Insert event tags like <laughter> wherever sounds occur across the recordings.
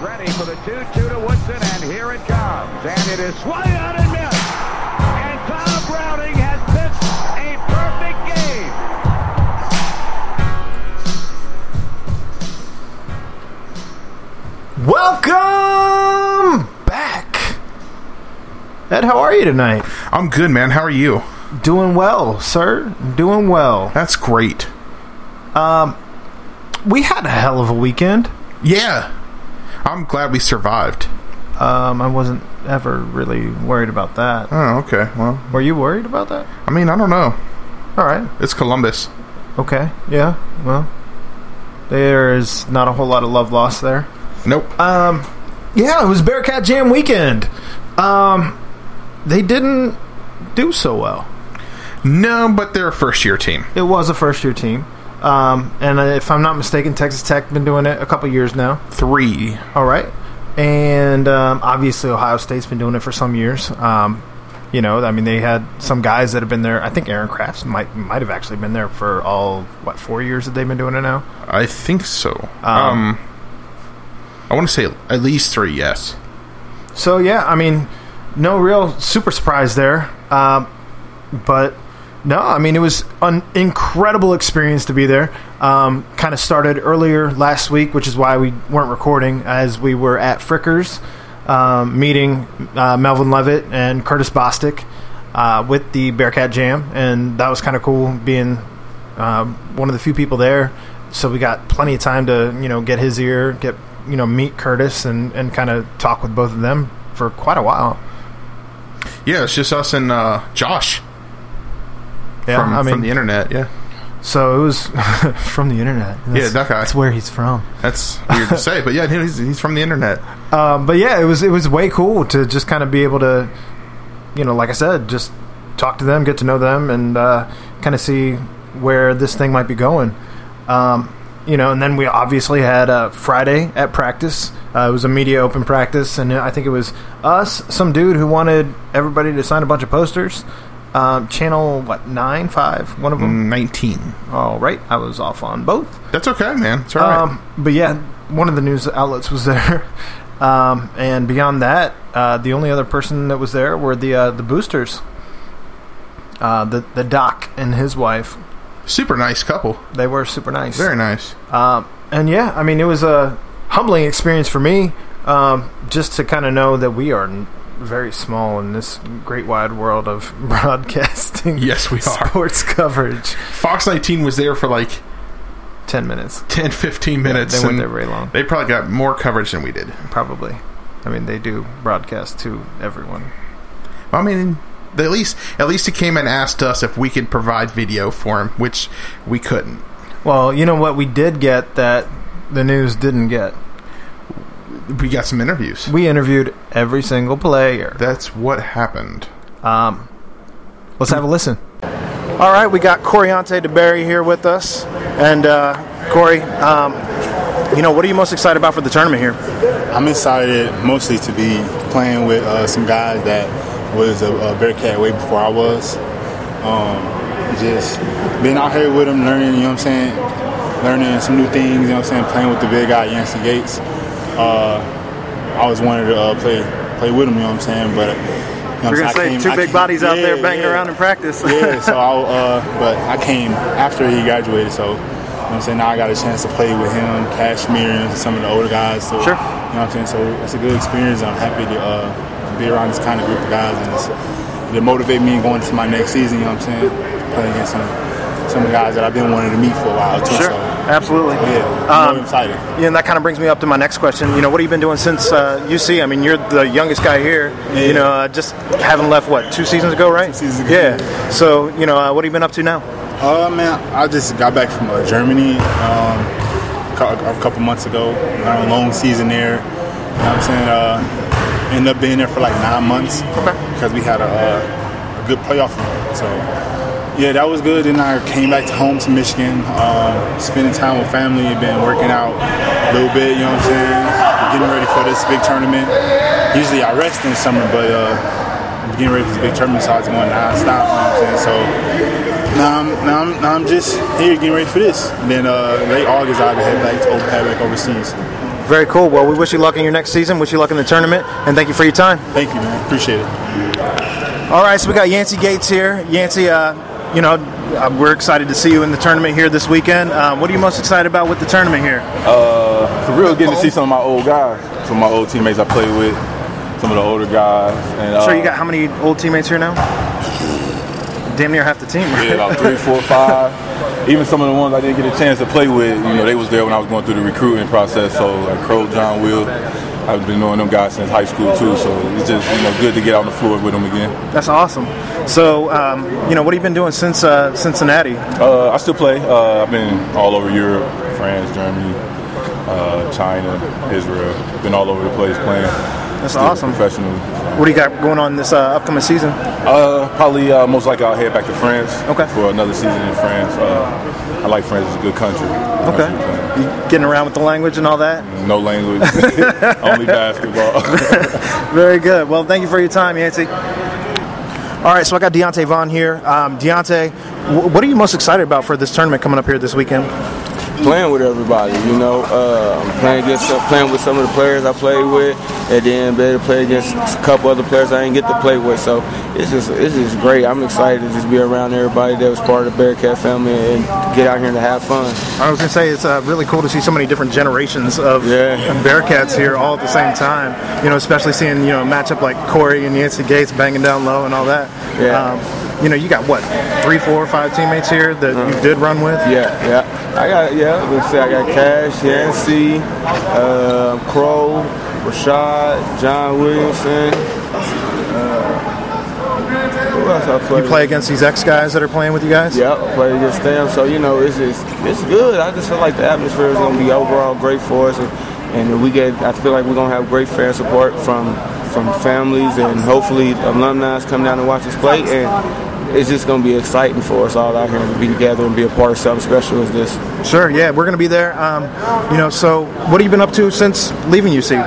ready for the 2-2 to Woodson, and here it comes. And it is swung out and missed. And Tom Browning has pitched a perfect game. Welcome back. Ed, how are you tonight? I'm good, man. How are you? Doing well, sir. Doing well. Um, That's great. We had a hell of a weekend. Yeah. I'm glad we survived. Um, I wasn't ever really worried about that. Oh, okay. Well, Were you worried about that? I mean, I don't know. All right. It's Columbus. Okay. Yeah. Well, there is not a whole lot of love lost there. Um, Nope. Yeah, it was Bearcat Jam weekend. Um, they didn't do so well. no, but they're a first year team. It was a first year team. Um, and if I'm not mistaken, Texas Tech been doing it a couple years now. Three. All right. And um, obviously, Ohio State's been doing it for some years. Um, you know, I mean, they had some guys that have been there. I think Aaron Crafts might might have actually been there for all what four years that they've been doing it now. I think so. Um, I want to say at least three, yes. So yeah, I mean, no real super surprise there. Um, but no, I mean it was an incredible experience to be there. Um, kind of started earlier last week, which is why we weren't recording as we were at Frickers um, meeting uh, Melvin Levitt and Curtis Bostic uh, with the Bearcat Jam, and that was kind of cool being um, one of the few people there. So we got plenty of time to you know get his ear, get you know meet Curtis and and kind of talk with both of them for quite a while. Yeah, it's just us and uh, Josh Yeah, from, I mean, from the internet. Yeah. so it was <laughs> from the internet. That's- that guy. That's where he's from. That's weird to say, but yeah, he's, he's from the internet. Um, but <laughs> yeah, it was it was way cool to just kind of be able to, you know, like I said, just talk to them, get to know them, and uh, kind of see where this thing might be going. Um, you know, and then we obviously had uh, Friday at practice. Uh, it was a media open practice, and I think it was us, some dude who wanted everybody to sign a bunch of posters. Um, channel what nine five one of them. 19. All right, I was off on both. Mm, That's okay, man. It's all right. Um, but yeah, one of the news outlets was there, <laughs> um, and beyond that, uh, the only other person that was there were the uh, the boosters, uh, the the doc and his wife. Super nice couple. They were super nice. Very nice. Um, and yeah, I mean, it was a humbling experience for me, um, just to kind of know that we are n- very small in this great wide world of <laughs> broadcasting. Yes, we are. Sports coverage. Fox 19 was there for like Ten minutes. 10, 15 minutes. They weren't and- there very long. They probably got more coverage than we did. Probably. I mean, they do broadcast to everyone. I mean, they at least at least he came and asked us if we could provide video for him, which we couldn't. Well, you know what we did get that the news didn't get? We got some interviews. We interviewed every single player. That's what happened. Um, let's have a listen. All right, we got Coriante DeBerry here with us. And uh, Corey, um, you know, what are you most excited about for the tournament here? I'm excited mostly to be playing with uh, some guys that was a, a Bearcat way before I was. Um, just being out here with them, learning, you know what I'm saying? Learning some new things, you know what I'm saying? Playing with the big guy, Yancy Gates. Uh, I always wanted to uh, play play with him, you know what I'm saying? But, We're you know what gonna I'm saying? I say came- two I big came- bodies out there yeah, banging yeah. around in practice. <laughs> yeah, so I, uh, but I came after he graduated, so you know what I'm saying now I got a chance to play with him, Cashmere, and some of the older guys. So, Sure. You know what I'm saying? So it's a good experience. I'm happy to uh, be around this kind of group of guys, and it's, they motivate me going to my next season. You know what I'm saying? Playing against some some of the guys that I've been wanting to meet for a while too. Sure, So, absolutely. yeah, Um, I'm excited. Yeah, and that kind of brings me up to my next question. You know, what have you been doing since uh, UC? I mean, you're the youngest guy here. You Yeah. know, uh, just having left what two seasons ago, right? Two seasons ago. Yeah. So, you know, uh, what have you been up to now? Uh, man, I just got back from uh, Germany um, cou- a couple months ago. I had a long season there. You know what I'm saying? Uh, ended up being there for like nine months because we had a, uh, a good playoff run. So, yeah, that was good. Then I came back to home to Michigan, um, spending time with family, been working out a little bit, you know what I'm saying? Getting ready for this big tournament. Usually I rest in summer, but uh, getting ready for this big tournament, so I was going non-stop, you know what I'm saying? So, now I'm, now I'm, now I'm just here getting ready for this. And then uh, late August, I'll be heading back to Oak Paddock overseas. Very cool. Well, we wish you luck in your next season. Wish you luck in the tournament, and thank you for your time. Thank you, man. Appreciate it. All right, so we got Yancey Gates here. Yancey, uh, you know, uh, we're excited to see you in the tournament here this weekend. Um, what are you most excited about with the tournament here? It's Uh, real getting to see some of my old guys, some of my old teammates I played with, some of the older guys. And, uh, Sure, you got how many old teammates here now? Damn near half the team. yeah, about three, four, five. Even some of the ones I didn't get a chance to play with, you know, they was there when I was going through the recruiting process. So like Crow, John, Will, I've been knowing them guys since high school too. So it's just you know good to get on the floor with them again. That's awesome. So, um, you know, what have you been doing since uh, Cincinnati? Uh, I still play. Uh, I've been all over Europe, France, Germany, uh, China, Israel. Been all over the place playing. That's Still awesome. Professionally. What do you got going on this uh, upcoming season? Uh, probably uh, most likely I'll head back to France. Okay. For another season in France. Uh, I like France. It's a good country. Okay. You getting around with the language and all that? No language. <laughs> <laughs> Only basketball. <laughs> <laughs> Very good. Well, thank you for your time, Yancey. All right, so I got Deontay Vaughn here. Um, Deontay, wh- what are you most excited about for this tournament coming up here this weekend? playing with everybody. You know, uh, I'm playing against uh, playing with some of the players I played with, and then better play against a couple other players I didn't get to play with. So it's just it's just great. I'm excited to just be around everybody that was part of the Bearcat family and get out here and to have fun. I was going to say it's uh, really cool to see so many different generations of Yeah. Bearcats here all at the same time. You know, especially seeing you know a matchup like Corey and Yancey Gates banging down low and all that. Yeah. Um, you know, you got what three, four, five teammates here that you did run with. Uh-huh. Yeah, yeah. I got yeah. Let's see. I got Cash, Yancey, uh, Crow, Rashad, John Williamson. Uh, who else I played You play against these ex guys that are playing with you guys. Yep, played against them. So you know, it's just it's good. I just feel like the atmosphere is going to be overall great for us, and, and we get. I feel like we're going to have great fan support from from families and hopefully alumni come down and watch us play. And it's just going to be exciting for us all out here to be together and be a part of something special as this. Sure. Yeah, we're going to be there. Um, you know, so what have you been up to since leaving UC?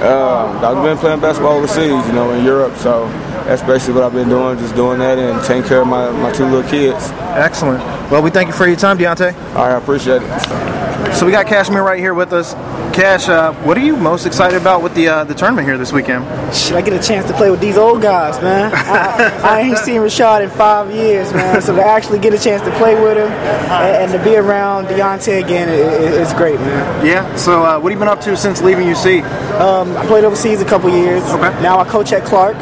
Um, I've been playing basketball overseas, you know, in Europe. So that's basically what I've been doing, just doing that and taking care of my, my two little kids. Excellent. Well, we thank you for your time, Deontay. All right, I appreciate it. So we got Cashmere right here with us. Cash, uh, what are you most excited about with the uh, the tournament here this weekend? Should I get a chance to play with these old guys, man? I, I ain't seen Rashad in five years, man. So to actually get a chance to play with him and, and to be around Deontay again, i i it's great, man. Yeah. So uh, what have you been up to since leaving UC? Um, I played overseas a couple years. Okay. Now I coach at Clark.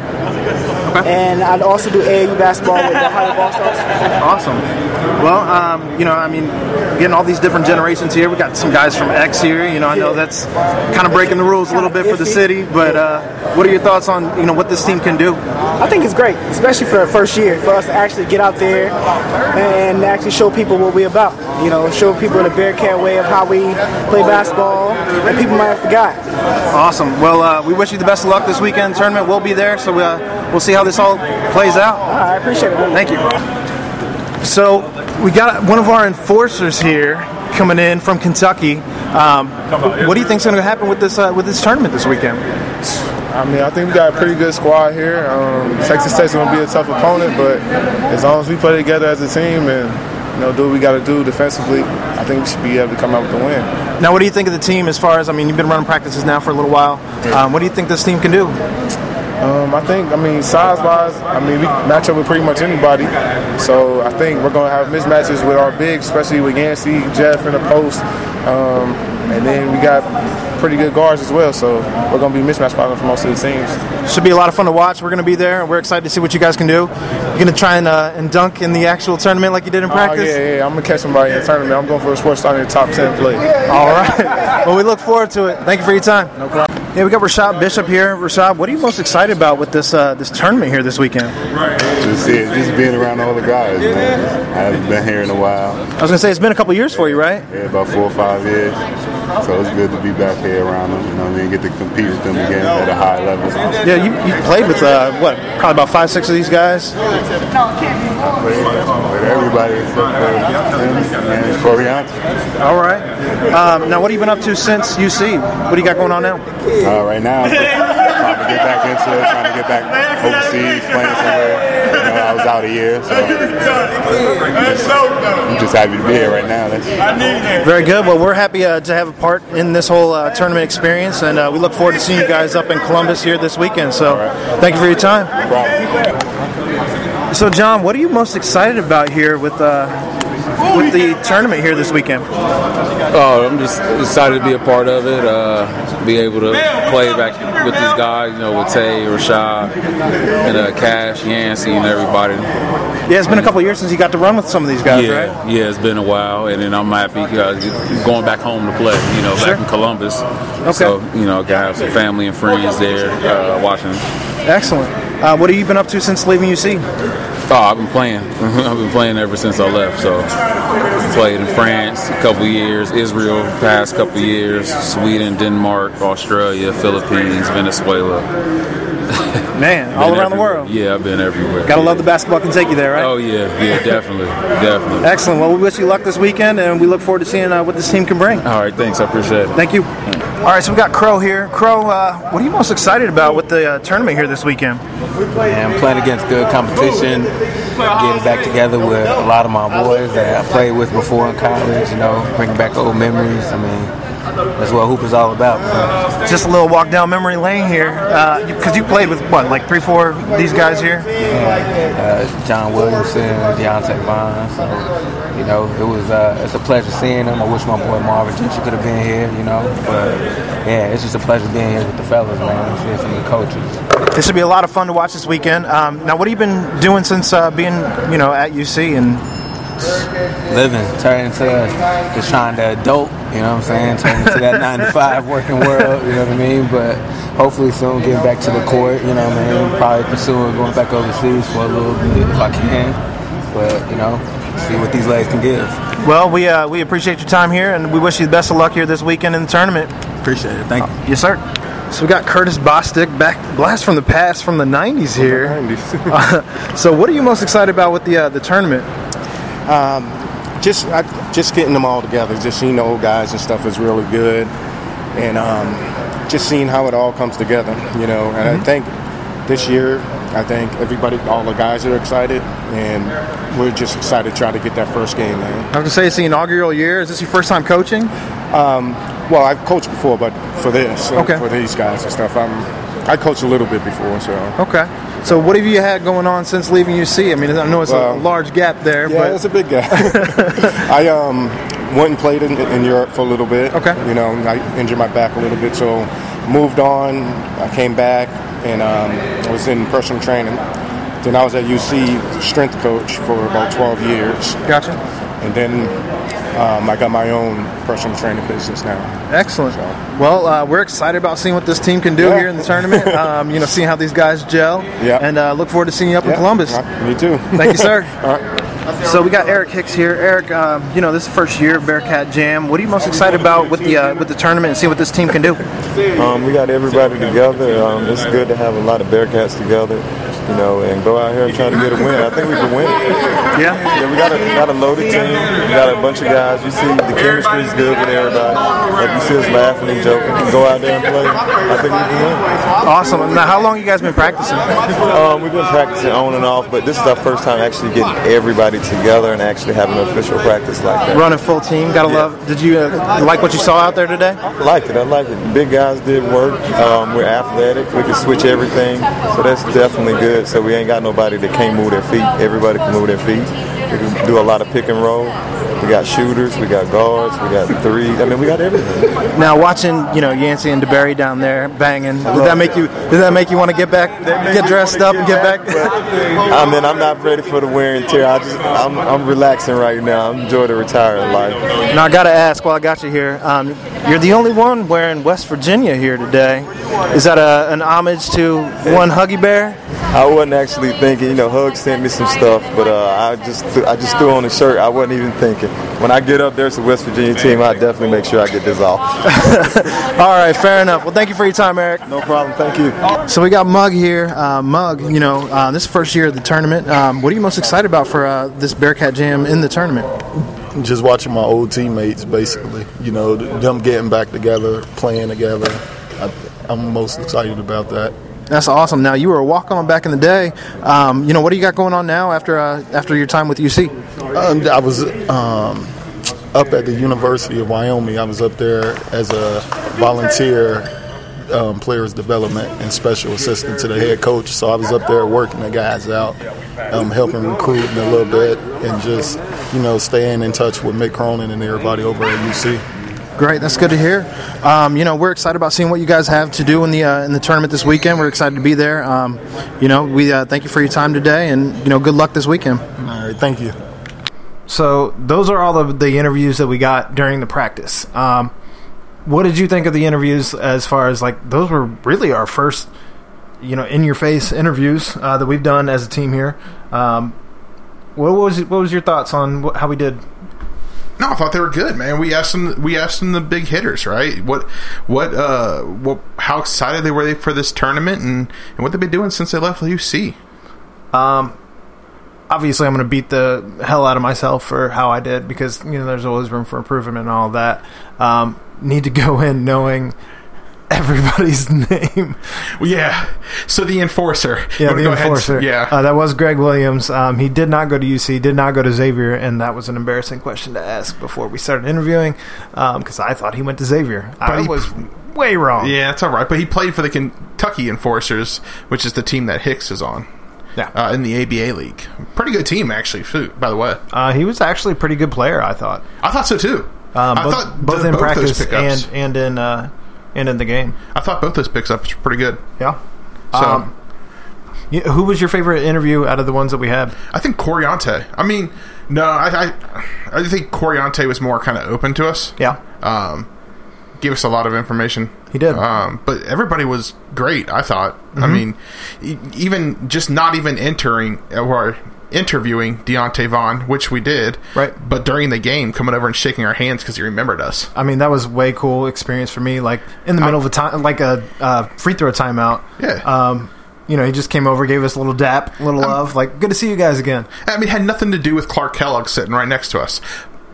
And I also do AAU basketball with the Ohio Ball Stars. Awesome. Well, um, you know, I mean, getting all these different generations here. We got some guys from X here. You know, I know that's kind of breaking the rules a little bit for the city. But uh, what are your thoughts on you know what this team can do? I think it's great, especially for our first year, for us to actually get out there and actually show people what we're about. You know, show people the Bearcat way of how we play basketball that people might have forgot. Awesome. Well, uh, we wish you the best of luck this weekend. Tournament will be there, so uh, we'll see how this all plays out. All right, I appreciate it. man. Thank you. So we got one of our enforcers here coming in from Kentucky. Um, what do you think's going to happen with this uh, with this tournament this weekend? I mean, I think we got a pretty good squad here. Um, Texas Tech's going to be a tough opponent, but as long as we play together as a team and you know do what we got to do defensively, I think we should be able to come out with a win. Now, what do you think of the team as far as I mean, you've been running practices now for a little while. Um, what do you think this team can do? Um, I think, I mean, size-wise, I mean, we match up with pretty much anybody. So I think we're going to have mismatches with our bigs, especially with Yancey, Jeff in the post. Um, and then we got pretty good guards as well, so we're going to be mismatch problems for most of the teams. Should be a lot of fun to watch. We're going to be there, and we're excited to see what you guys can do. You're going to try and, uh, and dunk in the actual tournament like you did in practice. Oh, yeah, yeah, I'm going to catch somebody in the tournament. I'm going for a sports star in the top 10 play. All right. <laughs> well, we look forward to it. Thank you for your time. No problem. Yeah, we got Rashad Bishop here. Rashad, what are you most excited about with this uh, this tournament here this weekend? Just it, just being around all the guys, man. I haven't been here in a while, I was gonna say it's been a couple years for you, right? yeah, about four or five years. So it's good to be back here around them, you know, and get to compete with them again at a high level. Yeah, you, you played with uh, what, probably about five, six of these guys. But, but everybody except for him and Corey Johnson. All right. Um, now, what have you been up to since UC? What do you got going on now? Uh, right now, I'm trying to get back into it, trying to get back overseas, playing somewhere. You know, I I was out a year, so I'm just happy to be here right now. That's, Very good. Well, we're happy uh, to have a part in this whole uh, tournament experience, and uh, we look forward to seeing you guys up in Columbus here this weekend. So, thank you for your time. So, John, what are you most excited about here with uh, with the tournament here this weekend? Oh, I'm just excited to be a part of it. Uh, be able to play back with these guys, you know, with Tay, Rashad, and uh, Cash, Yancey, and everybody. Yeah, it's been a couple of years since you got to run with some of these guys, yeah, right? yeah, it's been a while, and then I'm happy uh, going back home to play. You know, back in Columbus. Okay. So you know, got to have some family and friends there uh, watching. Excellent. Uh, what have you been up to since leaving UC? Oh, I've been playing. <laughs> I've been playing ever since I left. So played in France a couple years, Israel past couple years, Sweden, Denmark, Australia, Philippines, Venezuela. Man, all Been around the everywhere. world. Yeah, I've been everywhere. Gotta love the basketball can take you there, right? Oh yeah, yeah, definitely, definitely. Excellent. Well, we wish you luck this weekend, and we look forward to seeing uh, what this team can bring. All right, thanks. I appreciate it. Thank you. All right, so we got Crow here. Crow, uh, what are you most excited about with the uh, tournament here this weekend? and playing against good competition, getting back together with a lot of my boys that I played with before in college, you know, bringing back old memories. I mean, that's what hoop is all about. Just a little walk down memory lane here, because you played with what, like three, four these guys here. Uh, John Williamson, Deontay Vaughn, so, you know, it was, uh, it's a pleasure seeing them. I wish my boy Marvin Gentry could have been here, you know, but yeah, it's just a pleasure being here with the fellas, man, and seeing some of the coaches. This should be a lot of fun to watch this weekend. Um, now, what have you been doing since uh, being, you know, at UC? And living, turning to just trying to adult, you know what I'm saying? Turning to that nine to five working world, you know what I mean? But hopefully soon getting back to the court, you know what I mean? Probably pursuing going back overseas for a little bit if I can. But, you know, see what these legs can give. well, we uh, we appreciate your time here, and we wish you the best of luck here this weekend in the tournament. Appreciate it. Thank you. Yes, sir. So we got Curtis Bostick back, blast from the past, from the '90s here. <laughs> Uh, so, what are you most excited about with the uh, the tournament? Um, just I, just getting them all together, just seeing the old guys and stuff is really good, and um, just seeing how it all comes together, you know. And I Mm-hmm. Mhm. think this year, I think everybody, all the guys are excited, and we're just excited to try to get that first game, man. I was gonna say it's the inaugural year. Is this your first time coaching? Um, well, I've coached before, but for this, uh, Okay. for these guys and stuff, I'm I coached a little bit before, so. Okay. So what have you had going on since leaving UC? I mean, I know it's Well, a large gap there, Yeah, but it's a big gap. I um went and played in, in Europe for a little bit. Okay. You know, I injured my back a little bit, so moved on. I came back and um, I was in personal training. Then I was at UC strength coach for about 12 years. Gotcha. And then um, I got my own personal training business now. excellent. Well, uh, we're excited about seeing what this team can do Yeah. here in the <laughs> tournament. um, you know, seeing how these guys gel. Yeah. And uh, look forward to seeing you up in Yeah. Columbus. Me too. Thank you, <laughs> sir. All right. So we got Eric Hicks here. Eric, um, you know this is the first year of Bearcat Jam. What are you most excited about with the uh, with the tournament and see what this team can do? Um, we got everybody together. Um, it's good to have a lot of Bearcats together, you know, and go out here and try to get a win. I think we can win. Yeah. Yeah, we got a, got a loaded team. We got a bunch of guys. You see, the chemistry is good with everybody. Like you see us laughing and joking. Go out there and play. I think we can win. Awesome. Now, how long you guys been practicing? Um, we've been practicing on and off, but this is our first time actually getting everybody together and actually having an official practice like that. Running full team. Gotta love. Did you uh, like what you saw out there today? I like it. I like it. Big guys did work. Um, we're athletic. We can switch everything. So that's definitely good. So we ain't got nobody that can't move their feet. Everybody can move their feet. We can do a lot of pick and roll. We got shooters. We got guards. We got three. I mean, we got everything. Now watching, you know, Yancey and DeBerry down there banging. Did that make you? Did that make you want to get back, get dressed up, and get back? I mean, I'm not ready for the wear and tear. I just, I'm, I'm relaxing right now. I'm enjoying the retiring life. Now I gotta ask. While I got you here, um, you're the only one wearing West Virginia here today. Is that a, an homage to one Huggy Bear? I wasn't actually thinking. You know, Hug sent me some stuff, but uh, I just th- I just threw on the shirt. I wasn't even thinking. When I get up there, it's a West Virginia team. I definitely make sure I get this off. <laughs> All right, fair enough. Well, thank you for your time, Eric. No problem. Thank you. So we got Mug here. Uh, Mug, you know, uh, this first year of the tournament. Um, what are you most excited about for uh, this Bearcat Jam in the tournament? just watching my old teammates basically you know th- them getting back together playing together I, i'm most excited about that That's awesome. Now you were a walk on back in the day. Um, you know what do you got going on now after uh, after your time with UC? Um, I was um, up at the University of Wyoming. I was up there as a volunteer um, players development and special assistant to the head coach. So I was up there working the guys out, um, helping recruiting a little bit, and just you know staying in touch with Mick Cronin and everybody over at UC. Great, that's good to hear. Um, you know, we're excited about seeing what you guys have to do in the uh, in the tournament this weekend. We're excited to be there. Um, you know, we uh, thank you for your time today, and you know, good luck this weekend. All right, thank you. So those are all the, the interviews that we got during the practice. Um, what did you think of the interviews? As far as like those were really our first, you know, in your face interviews uh, that we've done as a team here. Um, what was what was your thoughts on wh- how we did? No, I thought they were good, man. We asked them. We asked them the big hitters, right? What, what, uh, what? How excited they were they for this tournament, and and what they've been doing since they left UC. Um, obviously I'm going to beat the hell out of myself for how I did because you know there's always room for improvement and all that. Um, need to go <laughs> in knowing everybody's <laughs> name. yeah. So the enforcer. You Yeah, wanna the go ahead and- enforcer. yeah. uh, that was Greg Williams. Um, he did not go to UC, did not go to Xavier, and that was an embarrassing question to ask before we started interviewing because I thought he went to Xavier. I But he- was way wrong. Yeah, that's all right. But he played for the Kentucky Enforcers, which is the team that Hicks is on. Yeah, uh, in the ABA league, pretty good team actually. too, By the way, Uh, he was actually a pretty good player, I thought. I thought so too. Um, I both, thought both th- in both those practice pickups. and and in uh, and in the game. I thought both those picks up were pretty good. Yeah. So- Um, y- who was your favorite interview out of the ones that we had? I think Coriante. I mean, no, I I, I think Coriante was more kind of open to us. Yeah. Um, gave us a lot of information. He did. Um, but everybody was great. I thought. I Mhm. mean, e- even just not even entering or interviewing Deontay Vaughn, which we did. Right. But during the game, coming over and shaking our hands because he remembered us. I mean, that was way cool experience for me. Like in the middle of a time, like a uh, free throw timeout. Yeah. Um, you know, he just came over, gave us a little dap, a little love. Like, good to see you guys again. Um, I mean, it had nothing to do with Clark Kellogg sitting right next to us.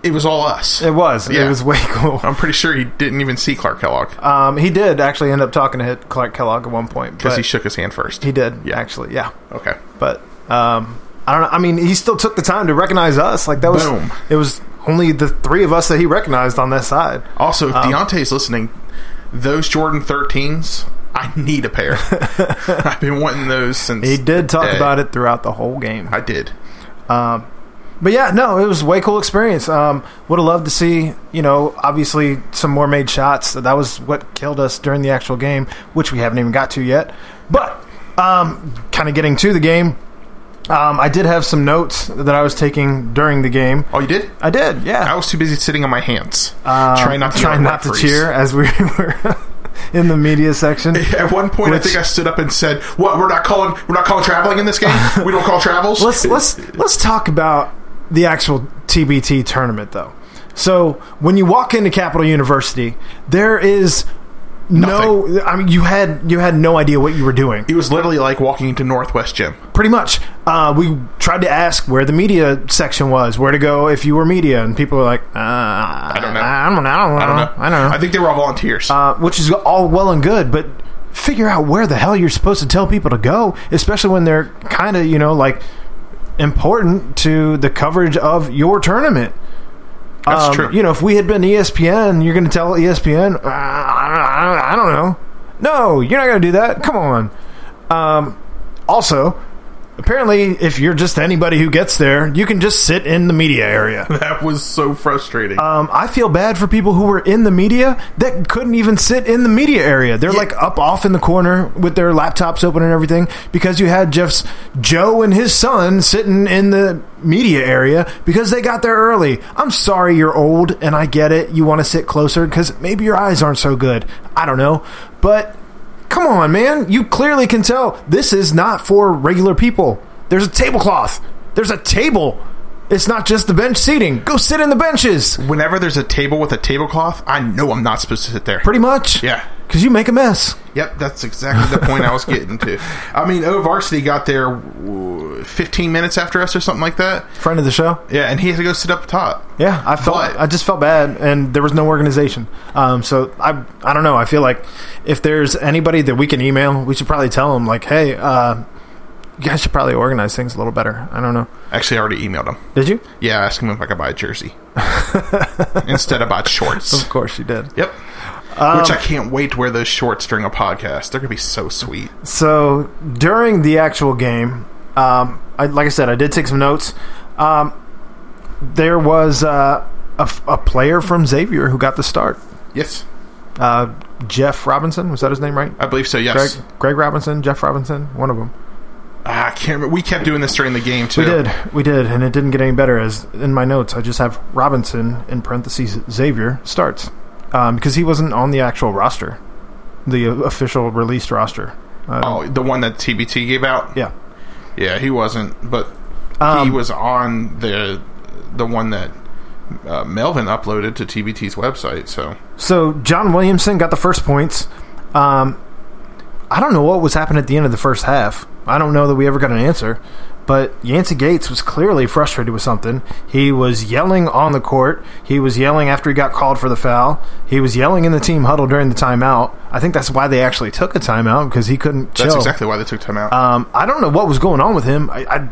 It was all us. It was. It was way cool. I'm pretty sure he didn't even see Clark Kellogg Um, he did actually end up talking to hit Clark Kellogg at one point because but- he shook his hand first. He did actually, yeah. Okay, but um, I don't know. I mean, he still took the time to recognize us. Like that was Boom. it was only the three of us that he recognized on that side. Um, Also, if Deontay's listening, those Jordan 13s, I need a pair. I've been wanting those since. He did talk Hey. about it throughout the whole game. I did. Um, but yeah, no, it was a way cool experience. Um, would have loved to see, you know, obviously some more made shots. That was what killed us during the actual game, which we haven't even got to yet. But um, kind of getting to the game, um, I did have some notes that I was taking during the game. Oh, you did? I did. Yeah. I was too busy sitting on my hands, Um, trying not to trying yell not at to referees. cheer as we <laughs> were in the media section. <laughs> At one point, I think I stood up and said, "What? We're not calling. We're not calling traveling in this game. We don't call travels." let's let's let's talk about the actual TBT tournament though. So when you walk into Capital University, there is no. I mean, you had you had no idea what you were doing. It was literally like walking into Northwest Gym. Pretty much, uh, we tried to ask where the media section was, where to go if you were media, and people were like, uh, "I don't know. I don't know, I don't know, I don't know. I don't know." I think they were all volunteers. uh, which is all well and good, but figure out where the hell you're supposed to tell people to go, especially when they're kind of, you know, like important to the coverage of your tournament. Um, That's true. You know, if we had been E ESPN, you're going to tell ESPN, "Ah, I don't, I don't know. No, you're not going to do that. Come on. Um, also, apparently, if you're just anybody who gets there, you can just sit <laughs> in the media area. that was so frustrating. Um, I feel bad for people who were in the media that couldn't even sit in the media area. They're like up off in the corner with their laptops open and everything because you had Jeff's Joe and his son sitting in the media area because they got there early. I'm sorry you're old and I get it. You want to sit closer because maybe your eyes aren't so good. I don't know. But come on, man. You clearly can tell this is not for regular people. There's a tablecloth, there's a table. It's not just the bench seating. Go sit in the benches. Whenever there's a table with a tablecloth, I know I'm not supposed to sit there. Pretty much. Yeah. Because you make a mess. Yep, that's exactly the point I was getting to. I mean, O Varsity got there w- 15 minutes after us or something like that. Friend of the show. Yeah, and he had to go sit up top. Yeah, I felt I just felt bad, and there was no organization. Um, so I I don't know. I feel like if there's anybody that we can email, we should probably tell them like, hey, uh, you guys should probably organize things a little better. I don't know. Actually, I already emailed him. Did you? Yeah, I asked him if I could buy a jersey <laughs> instead of buy shorts. Of course, you did. Yep. Um, Which I can't wait to wear those shorts during a podcast. They're gonna be so sweet. So during the actual game, um, I, like I said, I did take some notes. Um, there was uh, a, f- a player from Xavier who got the start. Yes. Uh, Jeff Robinson was that his name, right? I believe so. Yes. Greg, Greg Robinson, Jeff Robinson, one of them. Ah, I can't. remember. We kept doing this during the game too. We did, we did, and it didn't get any better. As in my notes, I just have Robinson in parentheses Xavier starts um, because he wasn't on the actual roster, the official released roster. oh, the one that TBT gave out. Yeah. Yeah, he wasn't, but he Um, was on the the one that uh, Melvin uploaded to TBT's website. So So John Williamson got the first points. Um, I don't know what was happening at the end of the first half. I don't know that we ever got an answer. But Yancey Gates was clearly frustrated with something. He was yelling on the court. He was yelling after he got called for the foul. He was yelling in the team huddle during the timeout. I think that's why they actually took a timeout because he couldn't chill. that's exactly why they took time out. Um, I don't know what was going on with him. I, I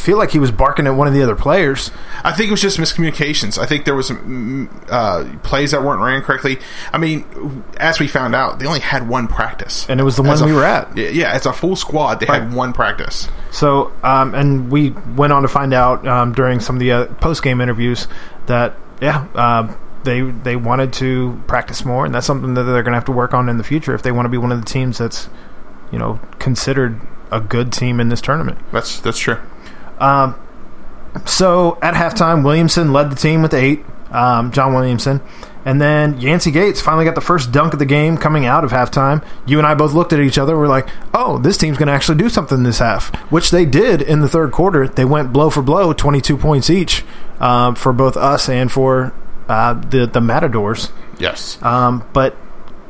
feel like he was barking at one of the other players. I think it was just miscommunications. I think there was mm, uh, plays that weren't ran correctly. I mean, as we found out, they only had one practice, And it was the As one a- we were at. Yeah, Yeah, it's a full squad. They had one practice. So, um, and we went on to find out um, during some of the uh, post game interviews that yeah, uh, they they wanted to practice more, and that's something that they're going to have to work on in the future if they want to be one of the teams that's you know considered a good team in this tournament. That's that's true. Um, so at halftime, Williamson led the team with eight. Um, John Williamson, and then Yancey Gates finally got the first dunk of the game coming out of halftime. You and I both looked at each other. We're like, "Oh, this team's going to actually do something this half," which they did in the third quarter. They went blow for blow, twenty-two points each um, for both us and for uh, the the Matadors. Yes. Um, but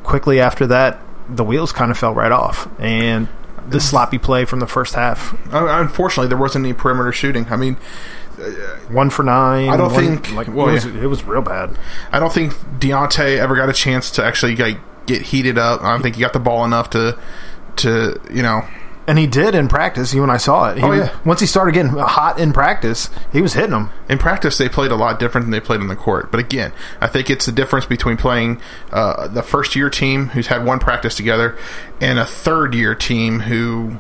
quickly after that, the wheels kind of fell right off, and the sloppy play from the first half Uh, Unfortunately, there wasn't any perimeter shooting. I mean, uh, one for nine. I don't one- think like well, it, was, yeah. it was real bad. I don't think Deontay ever got a chance to actually like, get heated up. I don't think he got the ball enough to to you know. And he did in practice. You and I saw it. He Oh, was- yeah. Once he started getting hot in practice, he was hitting them. In practice, they played a lot different than they played on the court. But again, I think it's the difference between playing uh, the first year team who's had one practice together and a third year team who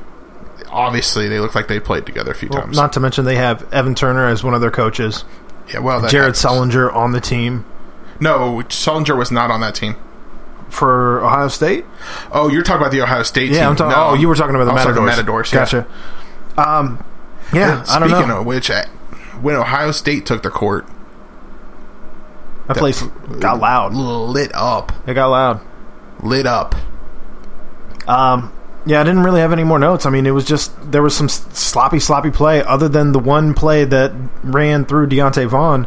obviously they look like they played together a few times. Not to mention they have Evan Turner as one of their coaches. Yeah, well, that Jared Sullinger on the team No, Sullinger was not on that team. for Ohio State. Oh, you're talking about the Ohio State team. Yeah, I'm talking. No, oh, you were talking about the I was Matadors. talking yeah. Gotcha. Um, yeah, I speaking don't know. of which, I- when Ohio State took the court, that place got loud, lit up. It got loud, lit up. Um, yeah, I didn't really have any more notes. I mean, it was just there was some s- sloppy, sloppy play other than the one play that ran through Deontay Vaughn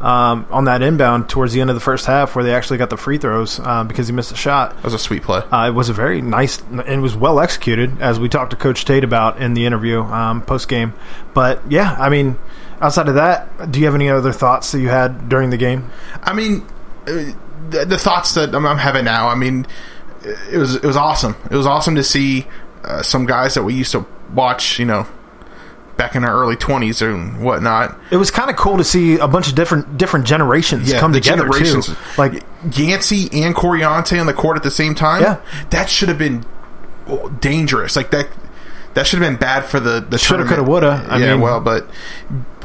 um, on that inbound towards the end of the first half, where they actually got the free throws uh, because he missed a shot. That was a sweet play. Uh, it was a very nice and it was well executed, as we talked to Coach Tate about in the interview um, post game. But yeah, I mean, outside of that, do you have any other thoughts that you had during the game? I mean, uh, the, the thoughts that I'm, I'm having now. I mean, it was it was awesome. It was awesome to see uh, some guys that we used to watch. You know, back in our early 20s and whatnot. It was kind of cool to see a bunch of different different generations Yeah, come the together generations. too. Like Yancey and Coriante on the court at the same time. Yeah, that should have been dangerous. Like that. That should have been bad for the the Shoulda, tournament. coulda, woulda. I yeah, mean- well, but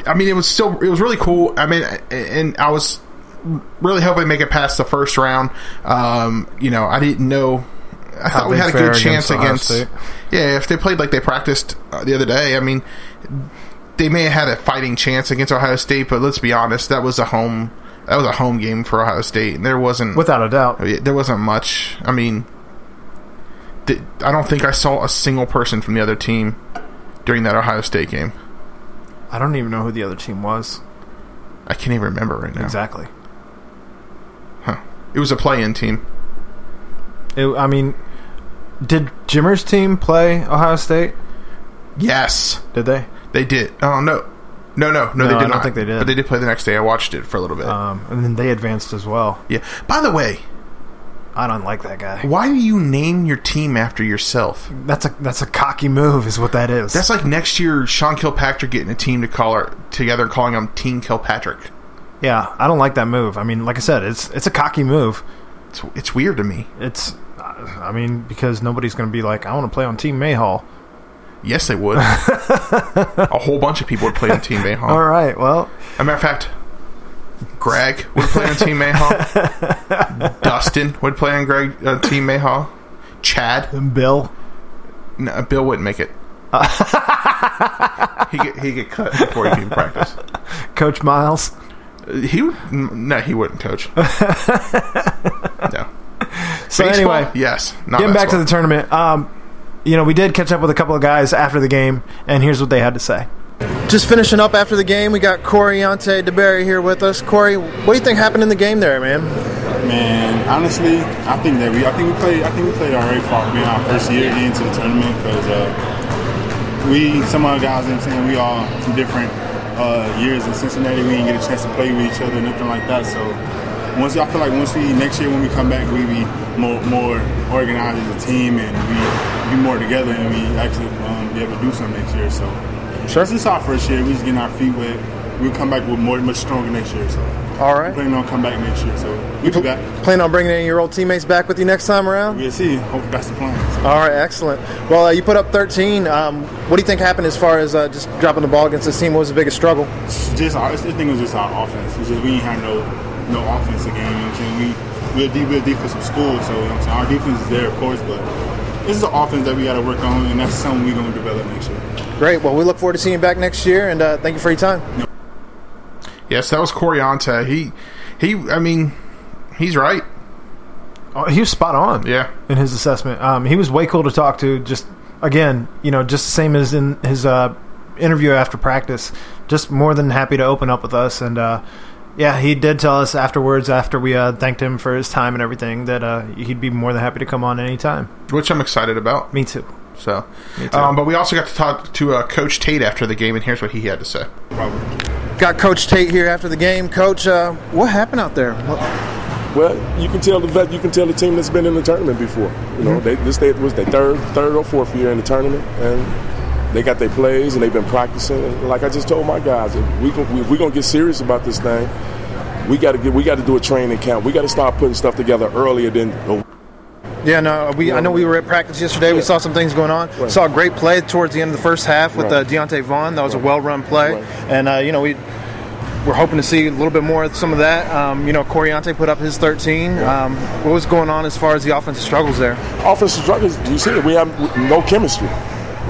I mean, it was still it was really cool. I mean, and I was really hoping to make it past the first round. Um, you know, I didn't know. I How thought we they had a fare good chance against Ohio against. State. Yeah, if they played like they practiced uh, the other day, I mean, they may have had a fighting chance against Ohio State, but let's be honest, that was a home that was a home game for Ohio State, and there wasn't without a doubt there wasn't much. I mean, th- I don't think I saw a single person from the other team during that Ohio State game. I don't even know who the other team was. I can't even remember right now. Exactly. Huh. It was a play-in team. It, I mean, did Jimmer's team play Ohio State? Yes. Did they? They did. Oh no, no, no, no. No, they did I don't not think they did. But they did play the next day. I watched it for a little bit. Um, and then they advanced as well. Yeah. By the way, I don't like that guy. Why do you name your team after yourself? That's a that's a cocky move, is what that is. That's like next year Sean Kilpatrick getting a team to call her together, and calling them Team Kilpatrick. Yeah, I don't like that move. I mean, like I said, it's it's a cocky move. It's it's weird to me. It's, uh, I mean, because nobody's going to be like, I want to play on Team Mayhall. Yes, they would. a whole bunch of people would play on Team eh, Mayhaw. <laughs> All right, well, a matter of fact, Greg would play on Team Mayhaw. Dustin would play on Greg uh, Team Mayhaw. Chad and Bill. No, uh, Bill wouldn't make it. he get, he get cut before he could even practice. Uh, Coach Miles. He would n- no, he wouldn't <laughs> coach. no. So Baseball? anyway, yes. Not getting back to basketball. the tournament. Um, you know, we did catch up with a couple of guys after the game, and here's what they had to say. Just finishing up after the game, we got Coriante DeBerry here with us. Corey, what do you think happened in the game there, man? Man, honestly, I think that we, I think we played, I think we played all right for being our first year into the tournament because uh, we, some of our guys, you know what I'm saying, we all from different uh, years in Cincinnati. We didn't get a chance to play with each other, nothing like that. So once I feel like once we next year when we come back, we be more more organized as a team and we be more together and we actually um, be able to do something next year. So sure. since our first year, we just getting our feet wet. We'll come back with more much stronger next year. So all right, planning on come back next year. So we be back. Plan on bringing any of your old teammates back with you next time around? We'll see. Hope that's the plan. All right, excellent. Well, uh, you put up 13. Um, what do you think happened as far as uh, just dropping the ball against this team? What was the biggest struggle? just our, this thing was just our offense. It's just we didn't have no no offense again. You know what I'm saying? We we're a deep, we're a defensive school, so you know what I'm saying our defense is there, of course, but this is the offense that we got to work on, and that's something we're gonna develop next year. Great. Well, we look forward to seeing you back next year, and uh, thank you for your time. Yes, that was Corianta. He he. I mean, he's right. Oh, he was spot on. Yeah. In his assessment, um, he was way cool to talk to. Just again, you know, just the same as in his uh, interview after practice. Just more than happy to open up with us, and uh, yeah, he did tell us afterwards after we uh, thanked him for his time and everything that uh, he'd be more than happy to come on anytime. which I'm excited about. Me too. So, Me too. Um, but we also got to talk to uh, Coach Tate after the game, and here's what he had to say. Got Coach Tate here after the game. Coach, uh, what happened out there? What- Well, you can tell the vet, you can tell the team that's been in the tournament before. You Mm-hmm. know, they, this they, was their third, third or fourth year in the tournament, and they got their plays and they've been practicing. And like I just told my guys, if we gon- if we're gonna get serious about this thing, we got to get we got to do a training camp. We got to start putting stuff together earlier than. Yeah, no, we. I know we were at practice yesterday. We saw some things going on. Right. Saw a great play towards the end of the first half with Right. uh, Deontay Vaughn. That was a well-run play, and uh, you know we we're hoping to see a little bit more of some of that. Um, you know, Coriante put up his 13. Um, what was going on as far as the offensive struggles there? offensive struggles. You see, it. we have no chemistry.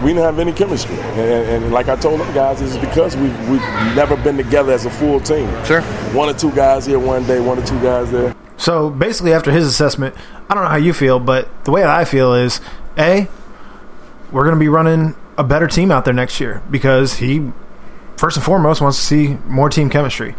We didn't have any chemistry, and, and, and like I told them guys, it's because we've, we've never been together as a full team. Sure, one or two guys here one day, one or two guys there. So basically, after his assessment, I don't know how you feel, but the way I feel is A, we're going to be running a better team out there next year because he, first and foremost, wants to see more team chemistry.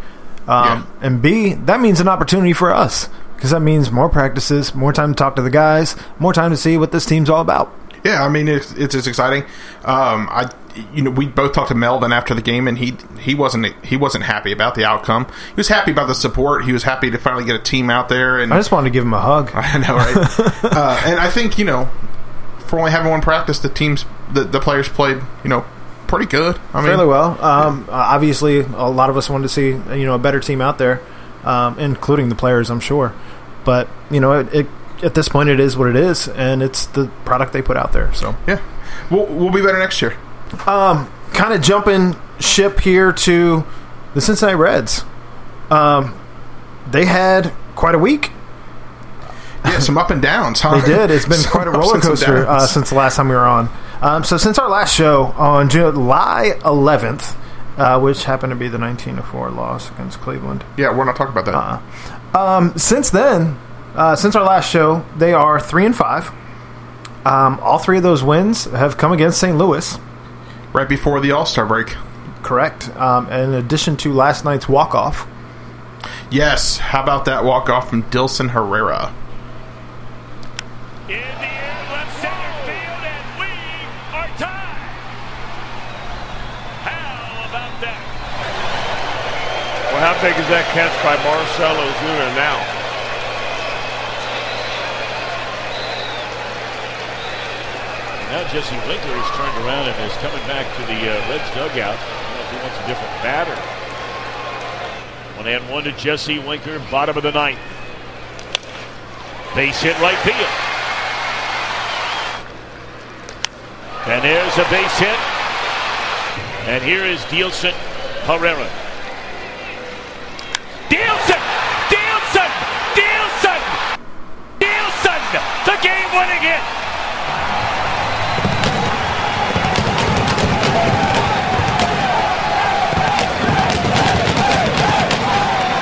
Um, And B, that means an opportunity for us because that means more practices, more time to talk to the guys, more time to see what this team's all about. Yeah, I mean it's it's, it's exciting. Um, I you know we both talked to Melvin after the game, and he he wasn't he wasn't happy about the outcome. He was happy about the support. He was happy to finally get a team out there, and I just wanted to give him a hug. <laughs> I know, <laughs> right? uh, and I think you know for only having one practice, the teams the, the players played you know pretty good. I mean fairly well. Um, uh, Obviously, a lot of us wanted to see you know a better team out there, um, including the players, I'm sure. But you know, it, it at this point, it is what it is, and it's the product they put out there. So yeah, we'll we'll be better next year. Um, kind of jumping ship here to the Cincinnati Reds. Um, they had quite a week. Yeah, some up and downs. Huh? They did. It's <laughs> been Some quite a ups roller and some coaster uh, downs. since the last time we were on. Um, so since our last show on July 11th, uh, which happened to be the 19-4 loss against Cleveland. Yeah, we're not talking about that. Um, since then, uh, since our last show, they are three and five. Um, all three of those wins have come against St. Louis. Right before the All Star break. Correct. Um, and in addition to last night's walk off, Yes, how about that walk off from Dilson Herrera? Are tied. taken that catch by Marcelo Zuna now. Now Jesse Winkler is turned around and is coming back to the uh, Reds dugout. I don't know if he wants a different batter. One and one to Jesse Winker, bottom of the ninth. Base hit right field. And there's a base hit. And here is Dielson Herrera. Dielson! Dielson! Dielson! Dielson! The game winning hit!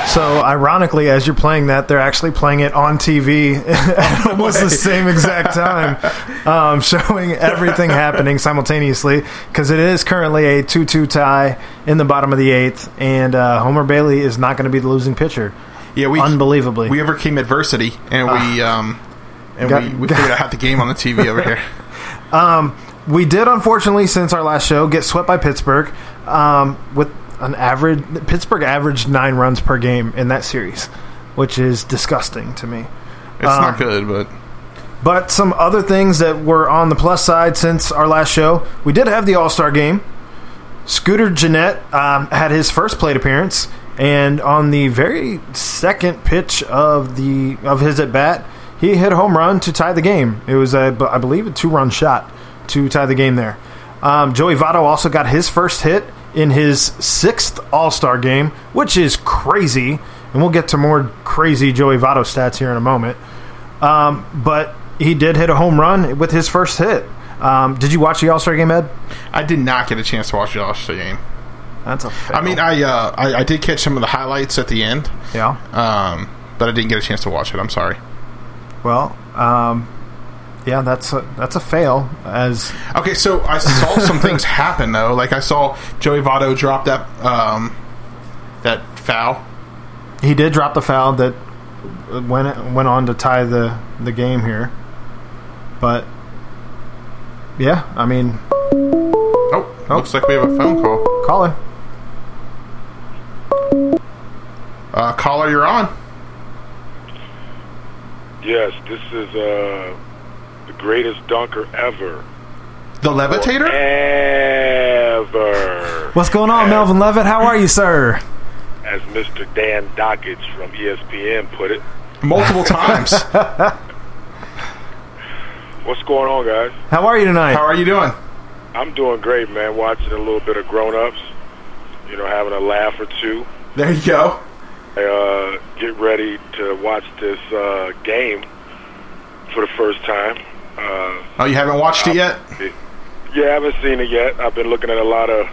So, ironically, as you're playing that, they're actually playing it on <laughs> TV at almost the same <laughs> exact time, um, showing everything happening simultaneously because it is currently a 2 2 tie in the bottom of the eighth, and uh, Homer Bailey is not going to be the losing pitcher. Yeah, we unbelievably we overcame adversity and we um and Ah. Got- we, we figured out how the game on the TV over <laughs> here. Um, we did, unfortunately, since our last show, get swept by Pittsburgh um, with an average. Pittsburgh averaged nine runs per game in that series, which is disgusting to me. Um, It's not good, but But some other things that were on the plus side since our last show, we did have the All Star game. Scooter Jeanette um, had his first plate appearance, and on the very second pitch of the of his at bat, he hit a home run to tie the game. It was a, I believe, a two run shot to tie the game there. Um, Joey Votto also got his first hit in his sixth All Star game, which is crazy. And we'll get to more crazy Joey Votto stats here in a moment. Um, but he did hit a home run with his first hit. Um, did you watch the All Star game, Ed? I did not get a chance to watch the All Star game. That's a fail. I mean, I, uh, I I did catch some of the highlights at the end. Yeah. Um, but I didn't get a chance to watch it. I'm sorry. Well, um, yeah, that's a, that's a fail. As Okay, so I <laughs> saw some things happen though. Like I saw Joey Votto drop that um, that foul. he did drop the foul that went went on to tie the the game here, but yeah, I mean, Oh, looks like we have a phone call. Caller, uh, caller, you're on. Yes, this is uh, the greatest dunker ever. The levitator. Ever. what's going on, Melvin Levitt? How are you, sir? As Mr. Dan Dockage from E ESPN put it. Multiple <laughs> times. <laughs> What's going on, guys? How are you tonight? How are you doing? I'm doing great, man. Watching a little bit of grown ups, you know, having a laugh or two. There you go. I uh, get ready to watch this uh, game for the first time. Uh, Oh, you haven't watched it yet? Yeah, I haven't seen it yet. I've been looking at a lot of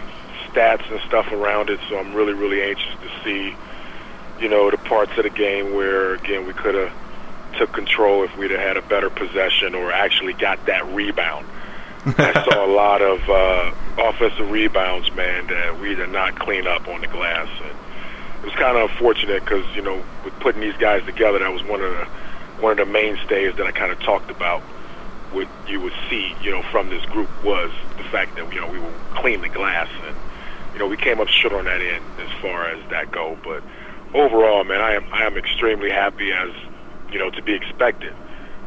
stats and stuff around it, so I'm really, really anxious to see, you know, the parts of the game where again we could have took control if we'd have had a better possession or actually got that rebound. I saw a lot of uh, offensive rebounds, man, that we did not clean up on the glass. And it was kind of unfortunate because you know, with putting these guys together, that was one of the one of the mainstays that I kind of talked about what you would see, you know, from this group was the fact that you know we would clean the glass, and you know we came up short on that end as far as that go. But overall, man, I am I am extremely happy as you know to be expected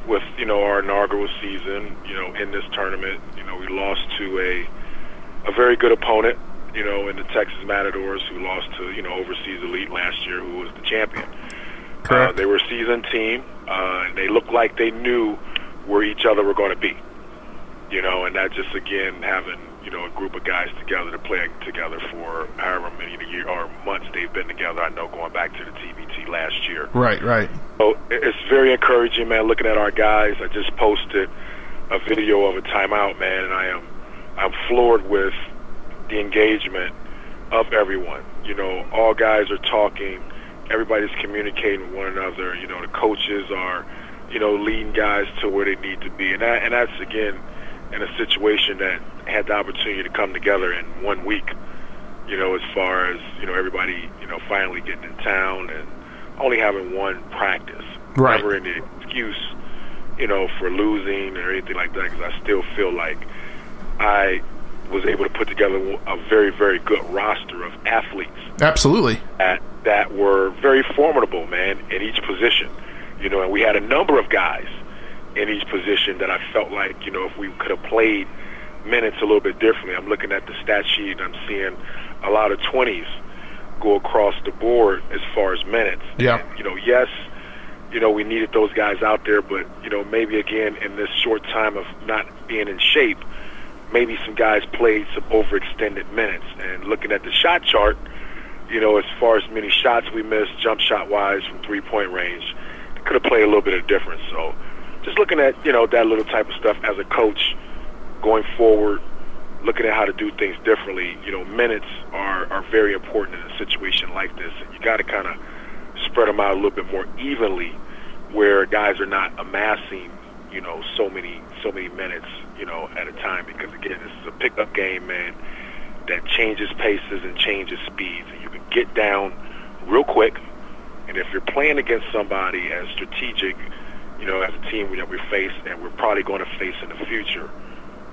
with you know our inaugural season, you know, in this tournament. You know, we lost to a a very good opponent, you know, in the Texas Matadors, who lost to you know Overseas Elite last year, who was the champion. Uh, they were a seasoned team, uh, and they looked like they knew where each other were going to be. You know, and that just again having you know a group of guys together to play together for however many the year or months they've been together. I know going back to the TBT last year. Right, right. So Oh, it- it's very encouraging, man. Looking at our guys, I just posted a video of a timeout, man, and I am I'm floored with the engagement of everyone. You know, all guys are talking, everybody's communicating with one another. You know, the coaches are, you know, leading guys to where they need to be, and that, and that's again in a situation that had the opportunity to come together in one week. You know, as far as you know, everybody you know finally getting in town and only having one practice. Right. Never any excuse, you know, for losing or anything like that. Because I still feel like I was able to put together a very, very good roster of athletes Absolutely. that, that were very formidable, man, in each position. You know, and we had a number of guys in each position that I felt like, you know, if we could have played minutes a little bit differently. I'm looking at the stat sheet and I'm seeing a lot of 20s go across the board as far as minutes. Yeah. You know, yes, you know, we needed those guys out there, but, you know, maybe again in this short time of not being in shape, maybe some guys played some overextended minutes. And looking at the shot chart, you know, as far as many shots we missed, jump shot wise from three point range, could have played a little bit of difference. So just looking at, you know, that little type of stuff as a coach going forward, looking at how to do things differently, you know, minutes are, are very important in a situation like this. And you got to kind of spread them out a little bit more evenly where guys are not amassing, you know, so many so many minutes, you know, at a time because again, this is a pickup game, man, that changes paces and changes speeds and you can get down real quick. And if you're playing against somebody as strategic, you know, as a team that we face and we're probably going to face in the future,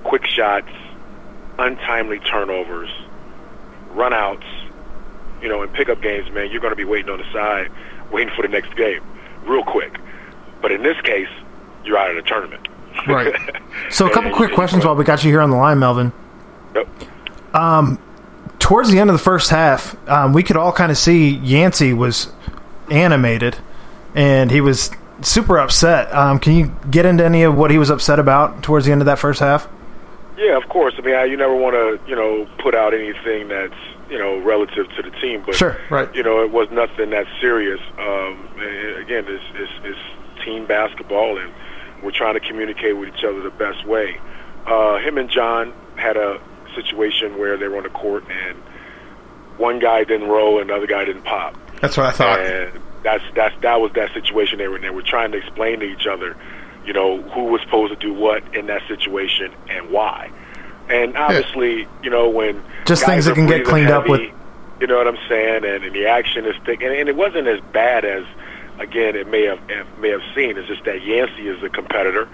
quick shots, untimely turnovers, runouts, you know, in pickup games, man, you're going to be waiting on the side, waiting for the next game, real quick. But in this case, you're out of the tournament. Right. <laughs> So a couple quick questions while we got you here on the line, Melvin. Um, towards the end of the first half, um, we could all kind of see Yancey was animated, and he was super upset. Um, can you get into any of what he was upset about towards the end of that first half? Yeah, of course. I mean, I, you never want to, you know, put out anything that's, you know, relative to the team. But, Sure, right. you know, it was nothing that serious. Um, a- again, it's, it's, it's team basketball, and we're trying to communicate with each other the best way. Uh, him and John had a situation where they were on the court, and one guy didn't roll, and another guy didn't pop. That's what I thought. And that's that's that was that situation they were in. They were trying to explain to each other, you know, who was supposed to do what in that situation and why. And obviously, you know, when Just guys things that are can get breathing cleaned up with- you know what I'm saying, and, and the action is thick, and, and it wasn't as bad as again it may have it may have seen. It's just that Yancey is a competitor,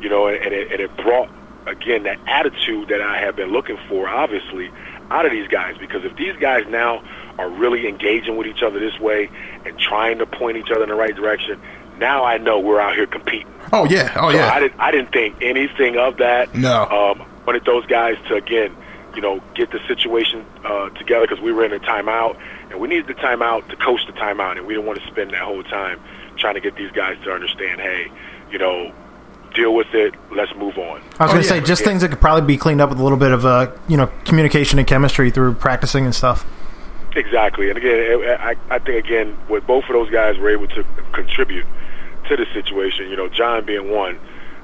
you know, and, and, it, and it brought again that attitude that I have been looking for, obviously, out of these guys. Because if these guys now are really engaging with each other this way and trying to point each other in the right direction, now I know we're out here competing. Oh yeah. Oh So yeah. I didn't I didn't think anything of that. No. Um, wanted those guys to again, you know, get the situation uh, together because we were in a timeout and we needed the timeout to coach the timeout and we didn't want to spend that whole time trying to get these guys to understand. Hey, you know, deal with it. Let's move on. I was Oh, going to say just Oh, Yeah. things that could probably be cleaned up with a little bit of uh, you know communication and chemistry through practicing and stuff. Exactly, and again, it- I, I think again what both of those guys were able to contribute to the situation. You know, John being one,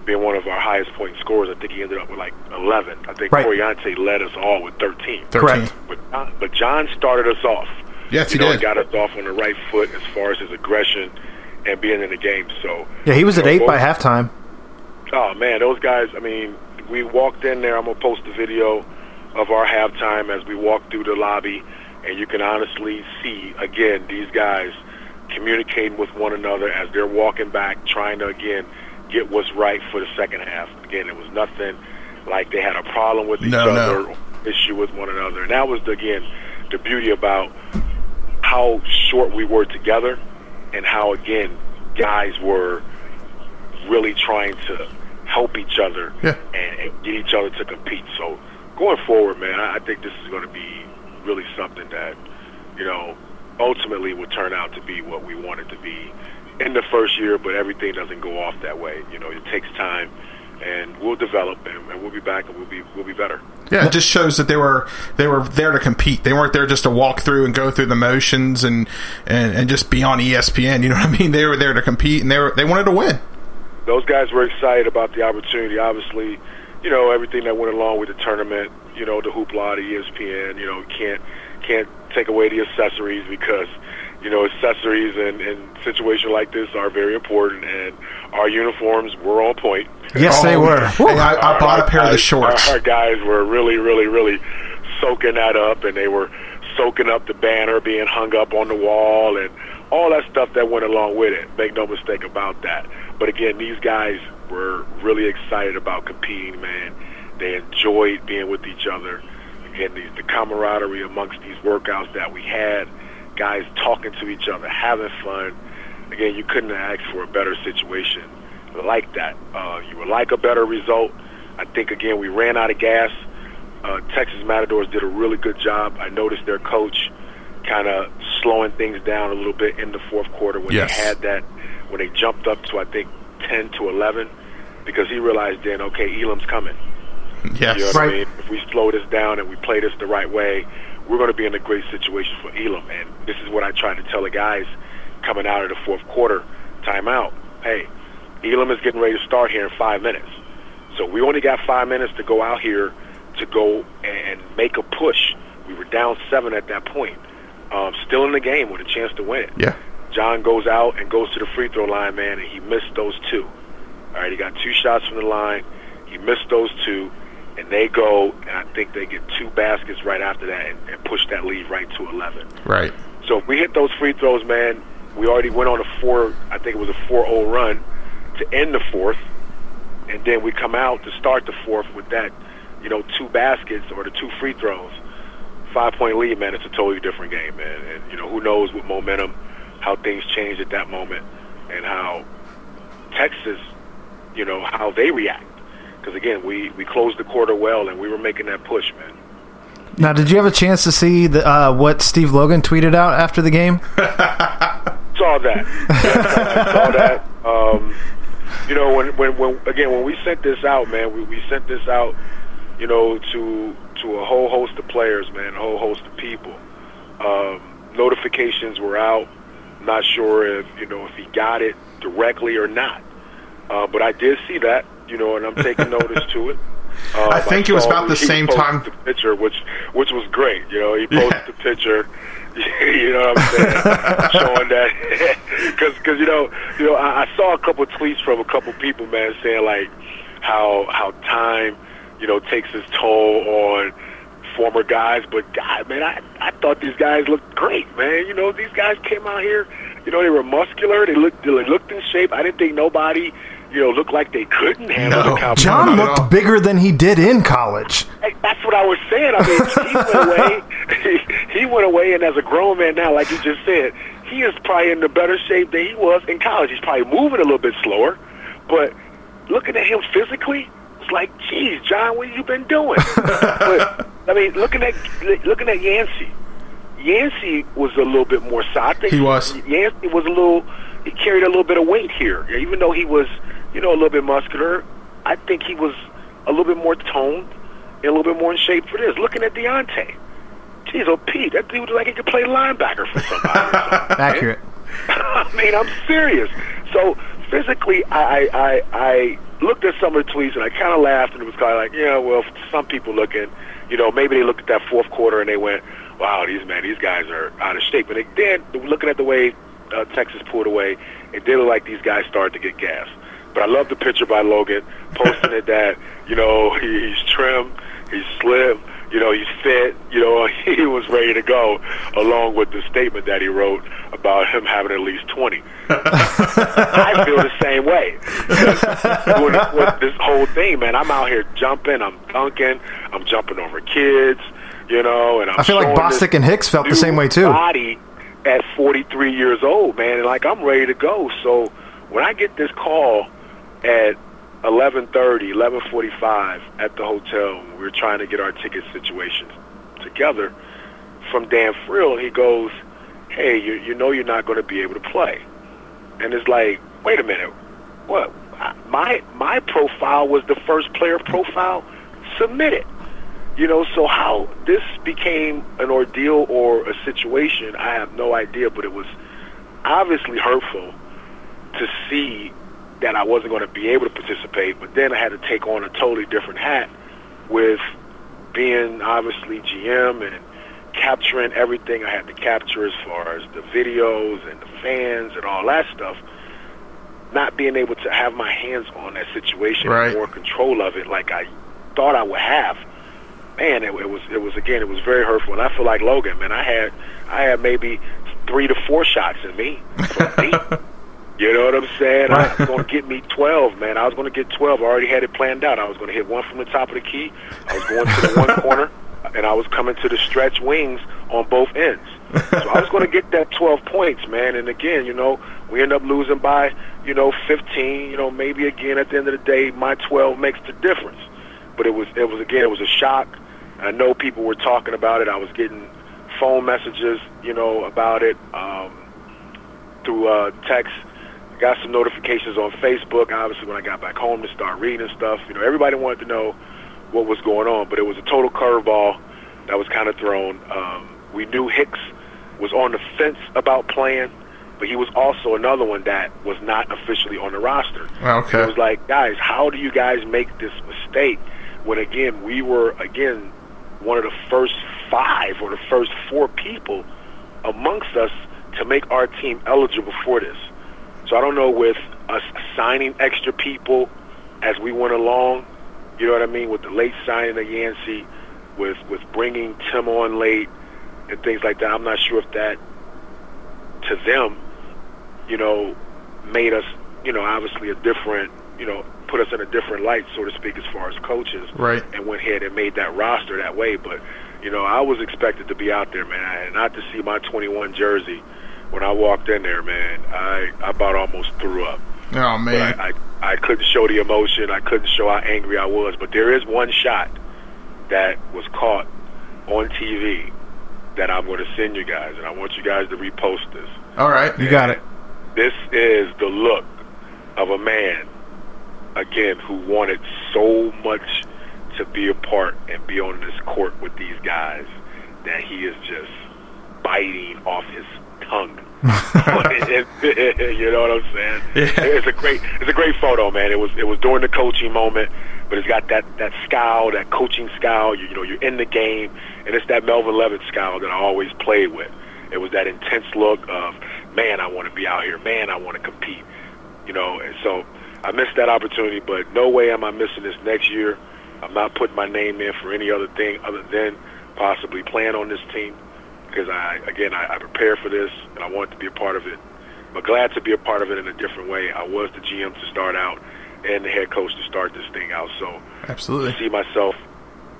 being one of our highest point scorers. I think he ended up with like eleven. I think Right. Coriante led us all with thirteen. 13. Correct. But John, but John started us off. Yes, you he know, did. Got us off on the right foot as far as his aggression and being in the game. So Yeah, he was you at know, eight by both- halftime. Oh man, those guys. I mean, we walked in there. I'm gonna post a video of our halftime as we walked through the lobby, and you can honestly see again these guys communicating with one another as they're walking back, trying to again get what's right for the second half. Again, it was nothing like they had a problem with each No, no. other, or issue with one another, and that was the, again the beauty about how short we were together, and how again guys were really trying to help each other and, and get each other to compete. So going forward, man, I, I think this is going to be really something that you know ultimately will turn out to be what we want it to be in the first year. But everything doesn't go off that way. You know, it takes time, and we'll develop, and, and we'll be back, and we'll be we'll be better. Yeah, it just shows that they were they were there to compete. They weren't there just to walk through and go through the motions and and, and just be on E ESPN. You know what I mean? They were there to compete and they were they wanted to win. those guys were excited about the opportunity. Obviously, you know everything that went along with the tournament. You know the hoopla, the E ESPN. You know can't can't take away the accessories because you know accessories and and situations like this are very important. And our uniforms were on point. Um, Yes, they were. Hey, I, I bought a pair of the shorts. Our, our guys were really, really, really soaking that up, and they were soaking up the banner being hung up on the wall and all that stuff that went along with it. Make no mistake about that. But again, these guys were really excited about competing, man. They enjoyed being with each other. Again, the, the camaraderie amongst these workouts that we had guys talking to each other, having fun. Again, you couldn't ask for a better situation like that. Uh, you would like a better result. I think again we ran out of gas. Uh, Texas Matadors did a really good job. I noticed their coach kind of slowing things down a little bit in the fourth quarter when Yes. they had that when they jumped up to I think ten to eleven because he realized then okay Elam's coming. Yes. You know what Right. I mean? If we slow this down and we play this the right way, we're going to be in a great situation for Elam. And this is what I try to tell the guys coming out of the fourth quarter timeout. Hey, Elam is getting ready to start here in five minutes. So we only got five minutes to go out here to go and make a push. We were down seven at that point. Um, still in the game with a chance to win it. Yeah. John goes out and goes to the free throw line, man, and he missed those two. All right, he got two shots from the line. He missed those two, and they go, and I think they get two baskets right after that and, and push that lead right to 11. Right. So if we hit those free throws, man, we already went on a four, I think it was a 4 0 run to end the fourth, and then we come out to start the fourth with that, you know, two baskets or the two free throws. Five point lead, man, it's a totally different game, man. And, you know, who knows with momentum, how things change at that moment, and how Texas, you know, how they react. Because, again, we, we closed the quarter well, and we were making that push, man. Now, did you have a chance to see the, uh, what Steve Logan tweeted out after the game? <laughs> saw that. <laughs> saw that. Um, you know, when, when when again when we sent this out, man, we, we sent this out, you know, to to a whole host of players, man, a whole host of people. Um, notifications were out. Not sure if you know if he got it directly or not, uh, but I did see that, you know, and I'm <laughs> taking notice to it. Um, I think it was saw about the he same posted time- The picture, which which was great, you know, he posted the picture. <laughs> you know what I'm saying? <laughs> showing that <laughs> because because you know you know I, I saw a couple tweets from a couple people man saying like how how time you know takes its toll on former guys but God man I I thought these guys looked great man you know these guys came out here you know they were muscular they looked they looked in shape I didn't think nobody you know looked like they couldn't handle the competition. John looked bigger than he did in college. Hey, that's what I was saying. I mean, he went away. He, he went away, and as a grown man now, like you just said, he is probably in the better shape than he was in college. He's probably moving a little bit slower, but looking at him physically, it's like, geez, John, what you been doing? but I mean, looking at looking at Yancey, Yancey was a little bit more so. I think He was. Yancey was a little. He carried a little bit of weight here, even though he was, you know, a little bit muscular. I think he was a little bit more toned and a little bit more in shape for this. Looking at Deontay, geez, oh Pete, that dude looked like he could play linebacker for somebody. <laughs> Accurate. I mean, I'm serious. So physically, I, I, I, I looked at some of the tweets and I kind of laughed and it was kind of like, yeah, well, some people looking, you know, maybe they looked at that fourth quarter and they went, wow, these man, these guys are out of shape. But they, then looking at the way uh, Texas pulled away, it did look like these guys started to get gas. But I love the picture by Logan posting it that you know he, he's trim, he's slim, you know he's fit, you know <laughs> he was ready to go, along with the statement that he wrote about him having at least <laughs> twenty. I feel the same way. Doing this- with this whole thing, man, I'm out here jumping, I'm dunking, I'm jumping over kids, you know, and I'm I feel like showing this Bostic and Hicks felt the same way, too. Body at 43 years old, man, and like I'm ready to go. So when I get this call at 11:30, 11:45 at the hotel, we we're trying to get our ticket situations together. From Dan Frill, he goes, "Hey, you, you know you're not going to be able to play," and it's like, "Wait a minute, what? I- My my profile was the first player profile submitted." You know, so how this became an ordeal or a situation, I have no idea, but it was obviously hurtful to see that I wasn't going to be able to participate, but then I had to take on a totally different hat with being obviously GM and capturing everything I had to capture as far as the videos and the fans and all that stuff. Not being able to have my hands on that situation Right. or control of it like I thought I would have man, it, it was it was again, it was very hurtful. And I feel like Logan, man, I had I had maybe three to four shots in me. From me. you know what I'm saying? I was gonna get me twelve, man. I was gonna get twelve. I already had it planned out. I was gonna hit one from the top of the key. I was going to the one corner, and I was coming to the stretch wings on both ends. so I was going to get that 12 points, man. And again, you know, we end up losing by, you know, 15. You know, maybe again at the end of the day, my 12 makes the difference. But it was, it was again, it was a shock. I know people were talking about it. I was getting phone messages, you know, about it um, through uh, text. I got some notifications on Facebook. Obviously, when I got back home to start reading and stuff, you know, everybody wanted to know what was going on. But it was a total curveball that was kind of thrown. Um, we knew Hicks was on the fence about playing, but he was also another one that was not officially on the roster. Okay. It was like, guys, how do you guys make this mistake when again we were again one of the first five or the first four people amongst us to make our team eligible for this. So I don't know with us signing extra people as we went along, you know what I mean, with the late signing of Yancey, with with bringing Tim on late and things like that. I'm not sure if that to them, you know, made us, you know, obviously a different, you know, put us in a different light, so to speak, as far as coaches Right. and went ahead and made that roster that way. But you know, I was expected to be out there, man, I, and not to see my 21 jersey when I walked in there, man. I I about almost threw up. Oh man. But I, I I couldn't show the emotion. I couldn't show how angry I was. But there is one shot that was caught on TV that I'm going to send you guys, and I want you guys to repost this. All right. You got it. This is the look of a man, again, who wanted so much to be a part and be on this court with these guys that he is just biting off his tongue. <laughs> you know what I'm saying? It's a great, it's a great photo, man. It was, it was during the coaching moment, but it's got that that scowl, that coaching scowl. You, you know, you're in the game, and it's that Melvin Levitt scowl that I always played with. It was that intense look of, man, I want to be out here, man, I want to compete. You know, and so I missed that opportunity, but no way am I missing this next year. I'm not putting my name in for any other thing other than possibly playing on this team because I, again, I, I prepared for this and I wanted to be a part of it. But glad to be a part of it in a different way. I was the GM to start out and the head coach to start this thing out. So Absolutely. to see myself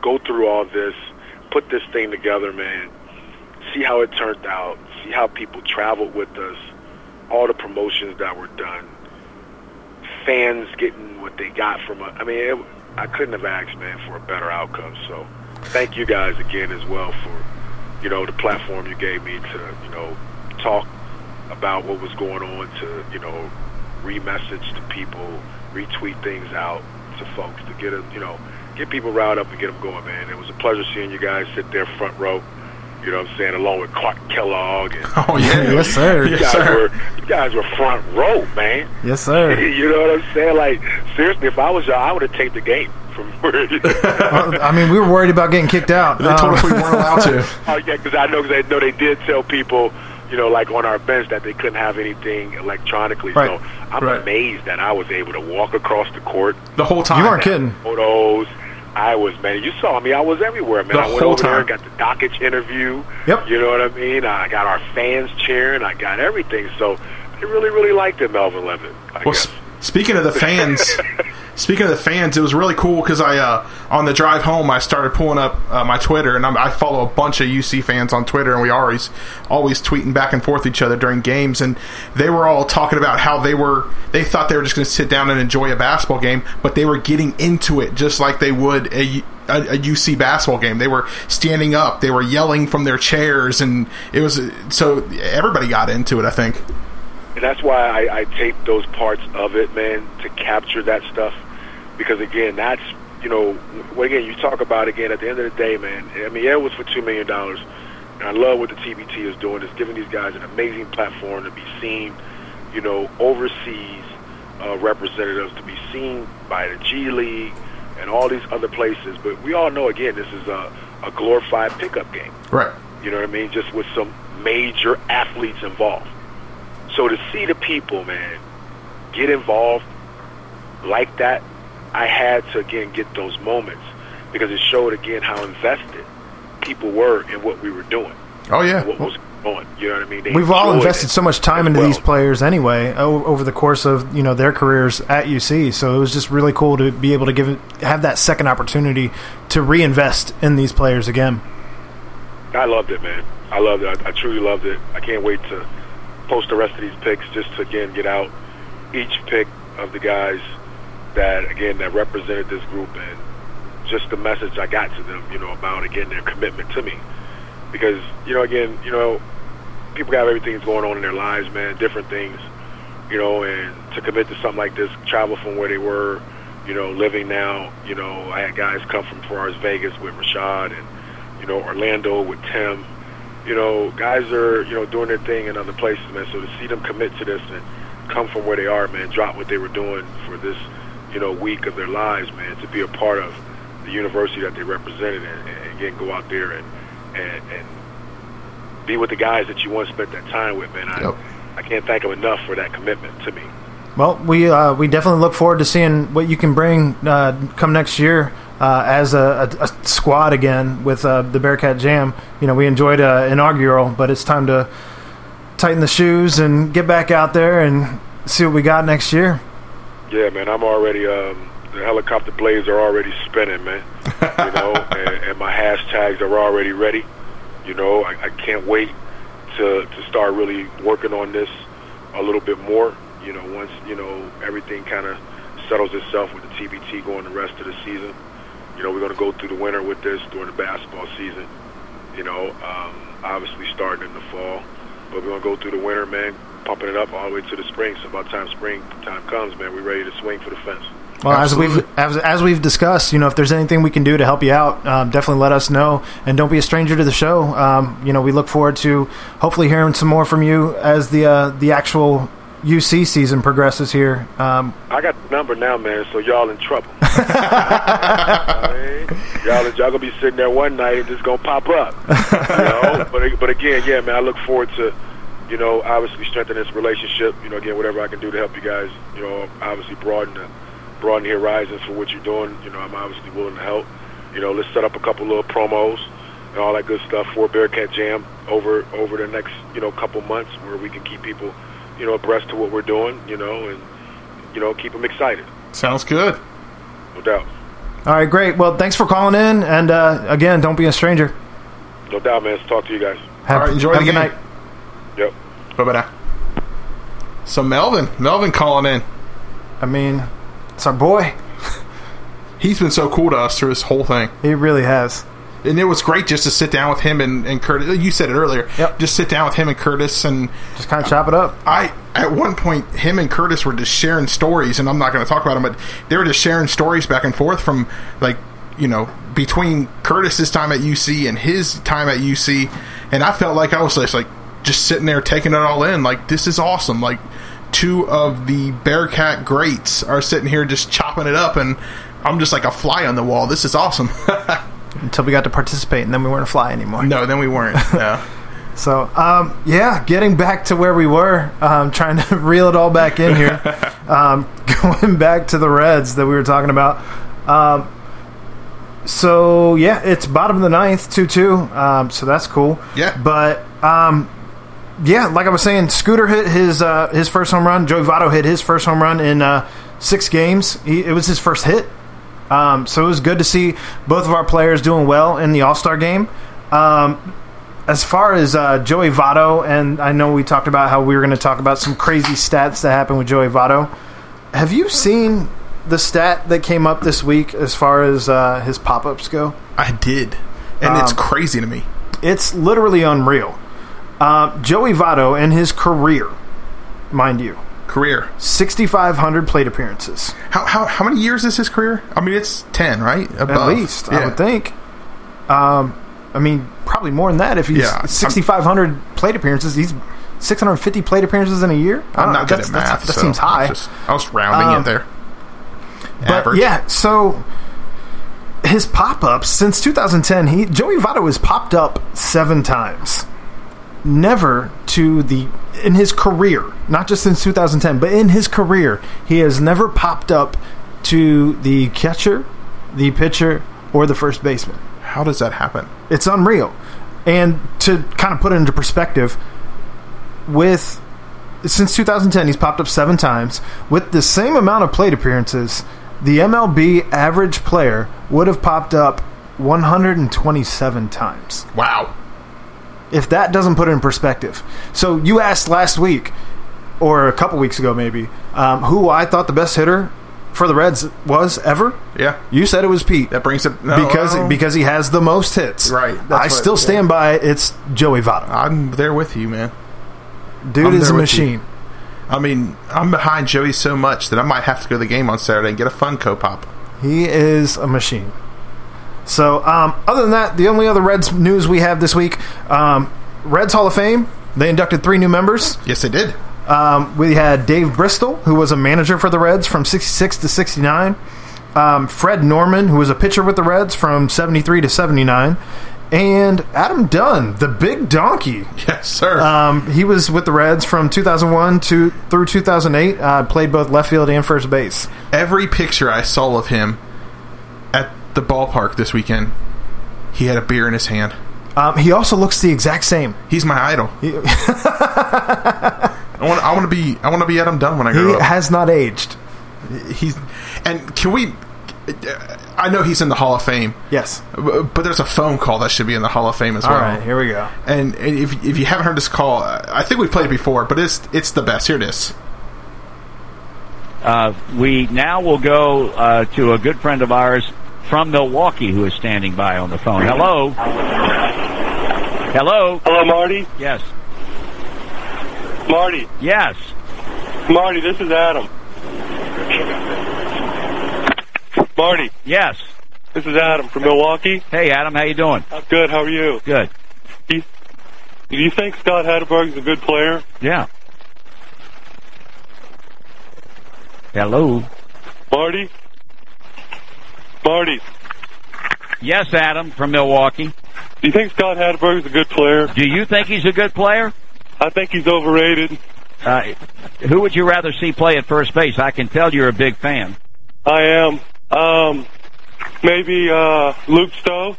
go through all this, put this thing together, man. See how it turned out. See how people traveled with us. All the promotions that were done. Fans getting what they got from us. I mean, it, I couldn't have asked, man, for a better outcome. So thank you guys again as well for you know the platform you gave me to you know talk about what was going on to you know re-message to people, retweet things out to folks to get them you know get people riled up and get them going, man. It was a pleasure seeing you guys sit there front row. You know what I'm saying? Along with Clark Kellogg. And, <laughs> Oh, yeah. Yes, sir. You Yes, guys, sir. Were, you guys were front row, man. Yes, <laughs> sir. you know what I'm saying? Like, seriously, if I was y'all, I would have taped the game from <laughs> <laughs> I mean, we were worried about getting kicked out. Um, They told us we weren't allowed to. <laughs> Oh yeah, because I know because I know they did tell people, you know, like on our bench that they couldn't have anything electronically. Right. So I'm Right. amazed that I was able to walk across the court The whole time. You weren't kidding. Photos. I was man. You saw me. I was everywhere, man. The I went whole over there and time. got the Dockage interview. Yep. You know what I mean? I got our fans cheering. I got everything. So they really, really liked it, Melvin Levitt. I Well, guess. sp- speaking of the <laughs> fans, speaking of the fans, it was really cool because I uh, on the drive home I started pulling up uh, my Twitter and I'm, I follow a bunch of UC fans on Twitter and we always always tweeting back and forth each other during games and they were all talking about how they were they thought they were just going to sit down and enjoy a basketball game but they were getting into it just like they would a U- a, a UC basketball game. They were standing up, they were yelling from their chairs, and it was so everybody got into it. I think. And that's why I, I taped those parts of it, man, to capture that stuff. Because again, that's you know, well, again, you talk about again at the end of the day, man. I mean, yeah, it was for two million dollars, and I love what the TBT is doing. It's giving these guys an amazing platform to be seen, you know, overseas uh, representatives to be seen by the G League and all these other places. But we all know, again, this is a, a glorified pickup game. Right. You know what I mean? Just with some major athletes involved. So to see the people, man, get involved like that, I had to again get those moments because it showed again how invested people were in what we were doing. Oh, yeah. what was going. on. You know what I mean? They We've all enjoyed invested it. so much time into these players anyway o- over the course of you know their careers at UC. So it was just really cool to be able to give have that second opportunity to reinvest in these players again. I loved it, man. I loved it. I, I truly loved it. I can't wait to post the rest of these picks just to again get out each pick of the guys that again that represented this group and just the message I got to them, you know, about again their commitment to me. Because you know, again, you know, people have everything that's going on in their lives, man, different things, you know, and to commit to something like this, travel from where they were, you know, living now, you know, I had guys come from as far as Vegas with Rashad and you know, Orlando with Tim. You know, guys are, you know, doing their thing in other places, man. So to see them commit to this and come from where they are, man, drop what they were doing for this, you know, week of their lives, man, to be a part of the university that they represented and, and again go out there and, and and be with the guys that you once spent that time with, man. I I can't thank them enough for that commitment to me. Well, we uh, we definitely look forward to seeing what you can bring uh, come next year uh, as a, a, a squad again with uh, the Bearcat Jam. You know, we enjoyed uh, inaugural, but it's time to tighten the shoes and get back out there and see what we got next year. Yeah, man, I'm already um, the helicopter blades are already spinning, man. You know, and, and my hashtags are already ready. You know, I, I can't wait to to start really working on this a little bit more. You know, once you know everything kind of settles itself with the TBT going the rest of the season. You know, we're going to go through the winter with this during the basketball season. You know, um, obviously starting in the fall, but we're going to go through the winter, man, pumping it up all the way to the spring. So by the time spring time comes, man, we're ready to swing for the fence. Well, as we've as, as we've discussed, you know, if there's anything we can do to help you out, um, definitely let us know, and don't be a stranger to the show. Um, you know, we look forward to hopefully hearing some more from you as the uh, the actual UC season progresses here. Um, I got the number now, man, so y'all in trouble. I mean, y'all, y'all gonna be sitting there one night and just gonna pop up. You know? but but again, yeah, man, I look forward to, you know, obviously strengthening this relationship. You know, again, whatever I can do to help you guys, you know, obviously broaden the broaden your horizons for what you're doing. You know, I'm obviously willing to help. You know, let's set up a couple little promos and all that good stuff for Bearcat Jam over over the next you know couple months where we can keep people you know abreast to what we're doing. You know, and you know keep them excited. Sounds good. No doubt. all right, great. Well, thanks for calling in, and uh, again, don't be a stranger. No doubt, man. Let's talk to you guys. Have- All right, enjoy have the a good game. Yep. Bye bye. So Melvin, Melvin calling in. I mean, it's our boy. He's been so cool to us through this whole thing. He really has. And it was great just to sit down with him and, and Curtis. You said it earlier. Just sit down with him and Curtis and just kind of chop it up. I at one point him and Curtis were just sharing stories, and I'm not going to talk about them, but they were just sharing stories back and forth from like you know between Curtis's time at UC and his time at UC, and I felt like I was just like just sitting there taking it all in. Like this is awesome. Like two of the Bearcat greats are sitting here just chopping it up, and I'm just like a fly on the wall. This is awesome. <laughs> Until we got to participate, and then we weren't a fly anymore. No, then we weren't. <laughs> No. so, um, yeah, getting back to where we were, um, trying to <laughs> reel it all back in here. <laughs> um, going back to the Reds that we were talking about. Um, so yeah, it's bottom of the ninth, two two. Um, so that's cool. Yeah. But um, yeah, like I was saying, Scooter hit his uh, his first home run. Joey Votto hit his first home run in uh, six games. He, it was his first hit. Um, so it was good to see both of our players doing well in the All Star game. Um, as far as uh, Joey Votto, and I know we talked about how we were going to talk about some crazy stats that happened with Joey Votto. Have you seen the stat that came up this week as far as uh, his pop ups go? Um, I did, and it's crazy to me. It's literally unreal. Uh, Joey Votto in his career, mind you, career sixty five hundred plate appearances. How, how how many years is his career? I mean, it's ten, right? At least, I would think. Um, I mean, probably more than that. If he's Yeah, I'm- 6,500 plate appearances, he's 650 plate appearances in a year. I I'm don't know, not good that's- at that's- math. That so seems I'm high. just- I was rounding Um, it there. but yeah, so his pop ups since 2010, he Joey Votto has popped up seven times. Never to the in his career, not just since 2010, but in his career, he has never popped up to the catcher, the pitcher, or the first baseman. How does that happen? It's unreal. And to kind of put it into perspective, with since 2010 he's popped up seven times with the same amount of plate appearances the mlb average player would have popped up 127 times Wow. if that doesn't put it in perspective. So you asked last week, or a couple weeks ago maybe, um, who I thought the best hitter for the Reds was ever. Yeah. You said it was Pete. That brings up because because he has the most hits. Right. that's I what- still yeah. stand by it. It's Joey Votto. I'm there with you, man. Dude I'm is there a with you. machine. I mean, I'm behind Joey so much that I might have to go to the game on Saturday and get a Funko Pop. He is a machine. So, um, other than that, the only other Reds news we have this week um, Reds Hall of Fame, they inducted three new members. Yes, they did. Um, we had Dave Bristol, who was a manager for the Reds from 66 to 69. Um, Fred Norman, who was a pitcher with the Reds from 73 to 79. And Adam Dunn, the big donkey. Yes, sir. Um, he was with the Reds from 2001 to through 2008. Uh, played both left field and first base. Every picture I saw of him at the ballpark this weekend, he had a beer in his hand. Um, he also looks the exact same. He's my idol. <laughs> I want. I want to be. I want to be Adam Dunn when I grow He up. has not aged. He's. And can we? I know he's in the Hall of Fame. Yes. But but there's a phone call that should be in the Hall of Fame as All well. right, here we go. And and if if you haven't heard this call, I think we've played it before, but it's it's the best. Here it is. Uh, we now will go uh, to a good friend of ours from Milwaukee who is standing by on the phone. Oh, Hello. Hello. Hello, Marty. Yes. Marty. Yes. Marty, this is Adam. Marty. Yes. This is Adam from Milwaukee. Hey, Adam, how you doing? I'm good. How are you? Good. Do you, do you think Scott Hatterberg's a good player? Yeah. Hello. Marty. Marty. Yes, Adam from Milwaukee. Do you think Scott Hatterberg's a good player? Do you think he's a good player? I think he's overrated. Uh, who would you rather see play at first base? I can tell you're a big fan. I am. Um, maybe uh, Luke Stowe.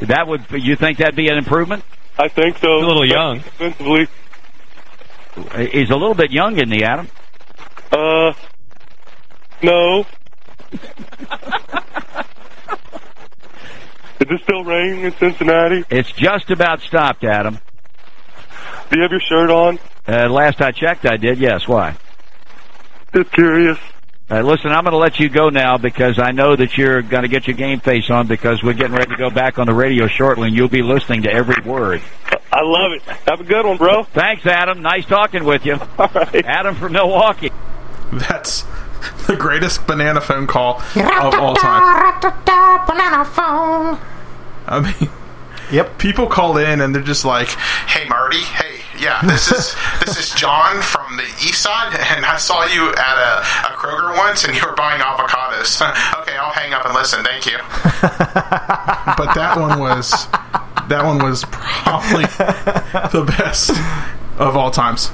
That would you think that'd be an improvement? I think so. He's a little young. Defensively. He's a little bit young, isn't he, Adam? Uh, no. Is it still raining in Cincinnati? It's just about stopped, Adam. Do you have your shirt on? Uh, last I checked, I did. Yes. Why? Just curious. Uh, listen, I'm going to let you go now because I know that you're going to get your game face on because we're getting ready to go back on the radio shortly, and you'll be listening to every word. I love it. Have a good one, bro. Thanks, Adam. Nice talking with you. All right. Adam from Milwaukee. That's the greatest banana phone call of all time. Banana phone. I mean, yep. People call in and they're just like, "Hey, Marty. Hey, yeah, this <laughs> is this is John from the East Side, and I saw you at a, a Kroger once, and you were buying avocados. <laughs> okay, I'll hang up and listen. Thank you." <laughs> but that one was that one was probably <laughs> the best of all times.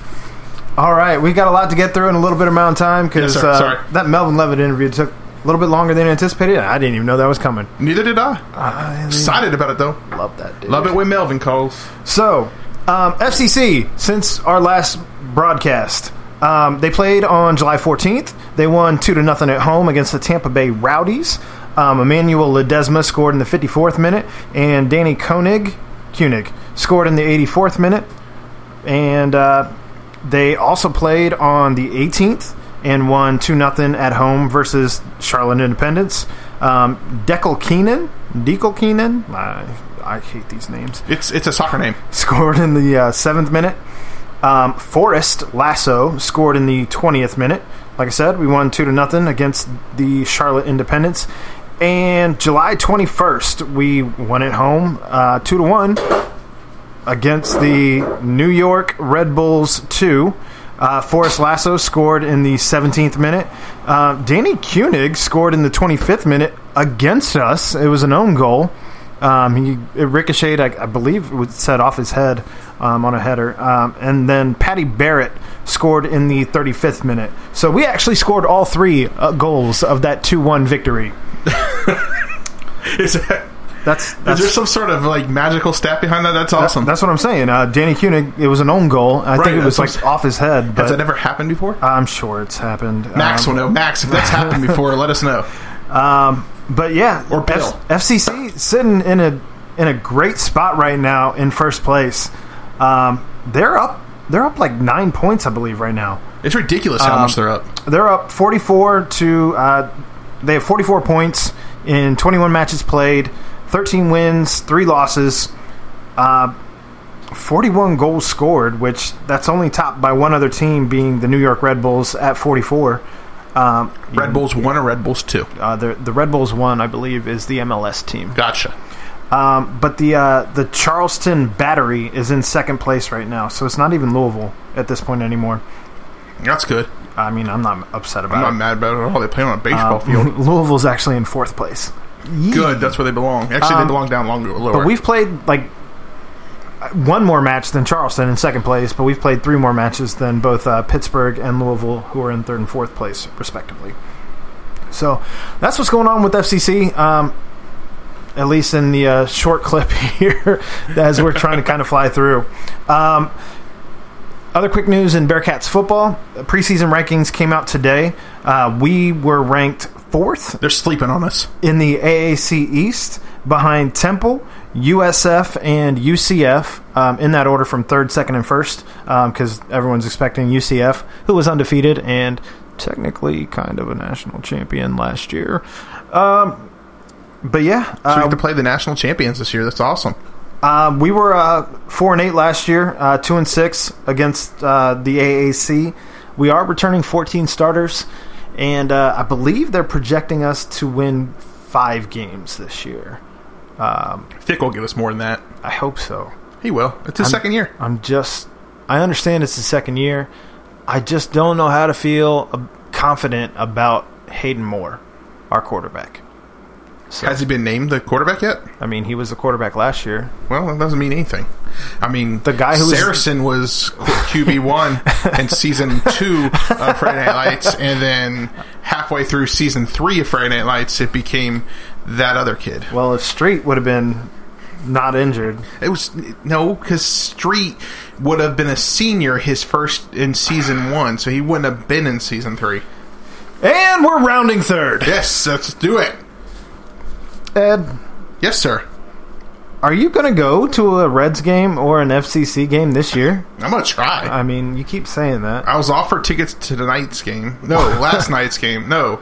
All right, we got a lot to get through in a little bit amount of time because Yes, sir. Sorry. uh, that Melvin Levitt interview took a little bit longer than anticipated. I didn't even know that was coming. Neither did I. Excited about it though. Love that. Dude. Love it when Melvin calls. So, um, FCC, since our last broadcast, um, they played on July 14th. They won 2 to nothing at home against the Tampa Bay Rowdies. Um, Emmanuel Ledesma scored in the 54th minute, and Danny Koenig, Koenig scored in the 84th minute. And uh, they also played on the 18th and won 2 nothing at home versus Charlotte Independence. Um, Deckel Keenan, Deckel Keenan, I, I hate these names It's it's a soccer name. <laughs> scored in the uh, seventh minute. Um, Forrest Lasso scored in the twentieth minute. Like I said, we won two to nothing against the Charlotte Independence. And July twenty first, we won at home uh, two to one against the New York Red Bulls two. Uh, Forrest Lasso scored in the 17th minute. Uh, Danny Koenig scored in the 25th minute against us. It was an own goal. Um, he it ricocheted, I, I believe, it was set off his head um, on a header. Um, and then Patty Barrett scored in the 35th minute. So we actually scored all three uh, goals of that 2 1 victory. <laughs> Is that that's, is there some sort of like magical stat behind that? That's awesome. That's what I'm saying. Uh, Danny Koenig, it was an own goal. I Right, think it was that's like off his head. But Has that ever happened before? I'm sure it's happened. Max Um, will know. Max, if that's <laughs> happened before, let us know. Um, but yeah, or Bill. FCC sitting in a in a great spot right now in first place. Um, they're up. They're up like nine points, I believe, right now. It's ridiculous how Um, much they're up. They're up 44 to. Uh, they have 44 points in 21 matches played, 13 wins, three losses, uh, 41 goals scored, which that's only topped by one other team, being the New York Red Bulls at 44. Um, Red Bulls one or Red Bulls two? Uh, the the Red Bulls one, I believe, is the MLS team. Gotcha. Um, but the uh, the Charleston Battery is in second place right now, so it's not even Louisville at this point anymore. That's good. I mean, I'm not upset about I'm it. not mad about it at all. They play on a baseball Uh, field. <laughs> Louisville's actually in fourth place. <laughs> Good. That's where they belong. Actually, Um, they belong down long lower. But we've played like one more match than Charleston in second place, but we've played three more matches than both uh, Pittsburgh and Louisville, who are in third and fourth place respectively. So that's what's going on with FCC. Um, at least in the uh, short <laughs> clip here, as we're trying to kind of fly through. Um, other quick news in Bearcats football: the preseason rankings came out today. Uh, we were ranked fourth. They're sleeping on us in the AAC East, behind Temple, USF, and UCF. Um, in that order, from third, second, and first, because everyone's expecting UCF, who was undefeated and technically kind of a national champion last year. Um, but yeah, so we have to play the national champions this year. That's awesome. um, we were uh, four and eight last year, uh, two and six against uh, the AAC. We are returning 14 starters, and uh, I believe they're projecting us to win five games this year. Um, Thick will give us more than that. I hope so. He will. It's his I'm- second year. I'm just. I understand it's his second year. I just don't know how to feel uh, confident about Hayden Moore, our quarterback. Has he been named the quarterback yet? I mean, he was the quarterback last year. Well, that doesn't mean anything. I mean, the guy who was- <laughs> Saracen was QB one in season two of Friday Night <laughs> Lights, and then halfway through season three of Friday Night Lights, it became that other kid. Well, if Street would have been not injured, It was no because Street would have been a senior his first in season one, so he wouldn't have been in season three. And we're rounding third. Yes, let's do it. Ed. Yes, sir. Are you going to go to a Reds game or an FCC game this year? I'm gonna try. I mean, you keep saying that. I was offered tickets to tonight's game. No, <laughs> last night's game. No,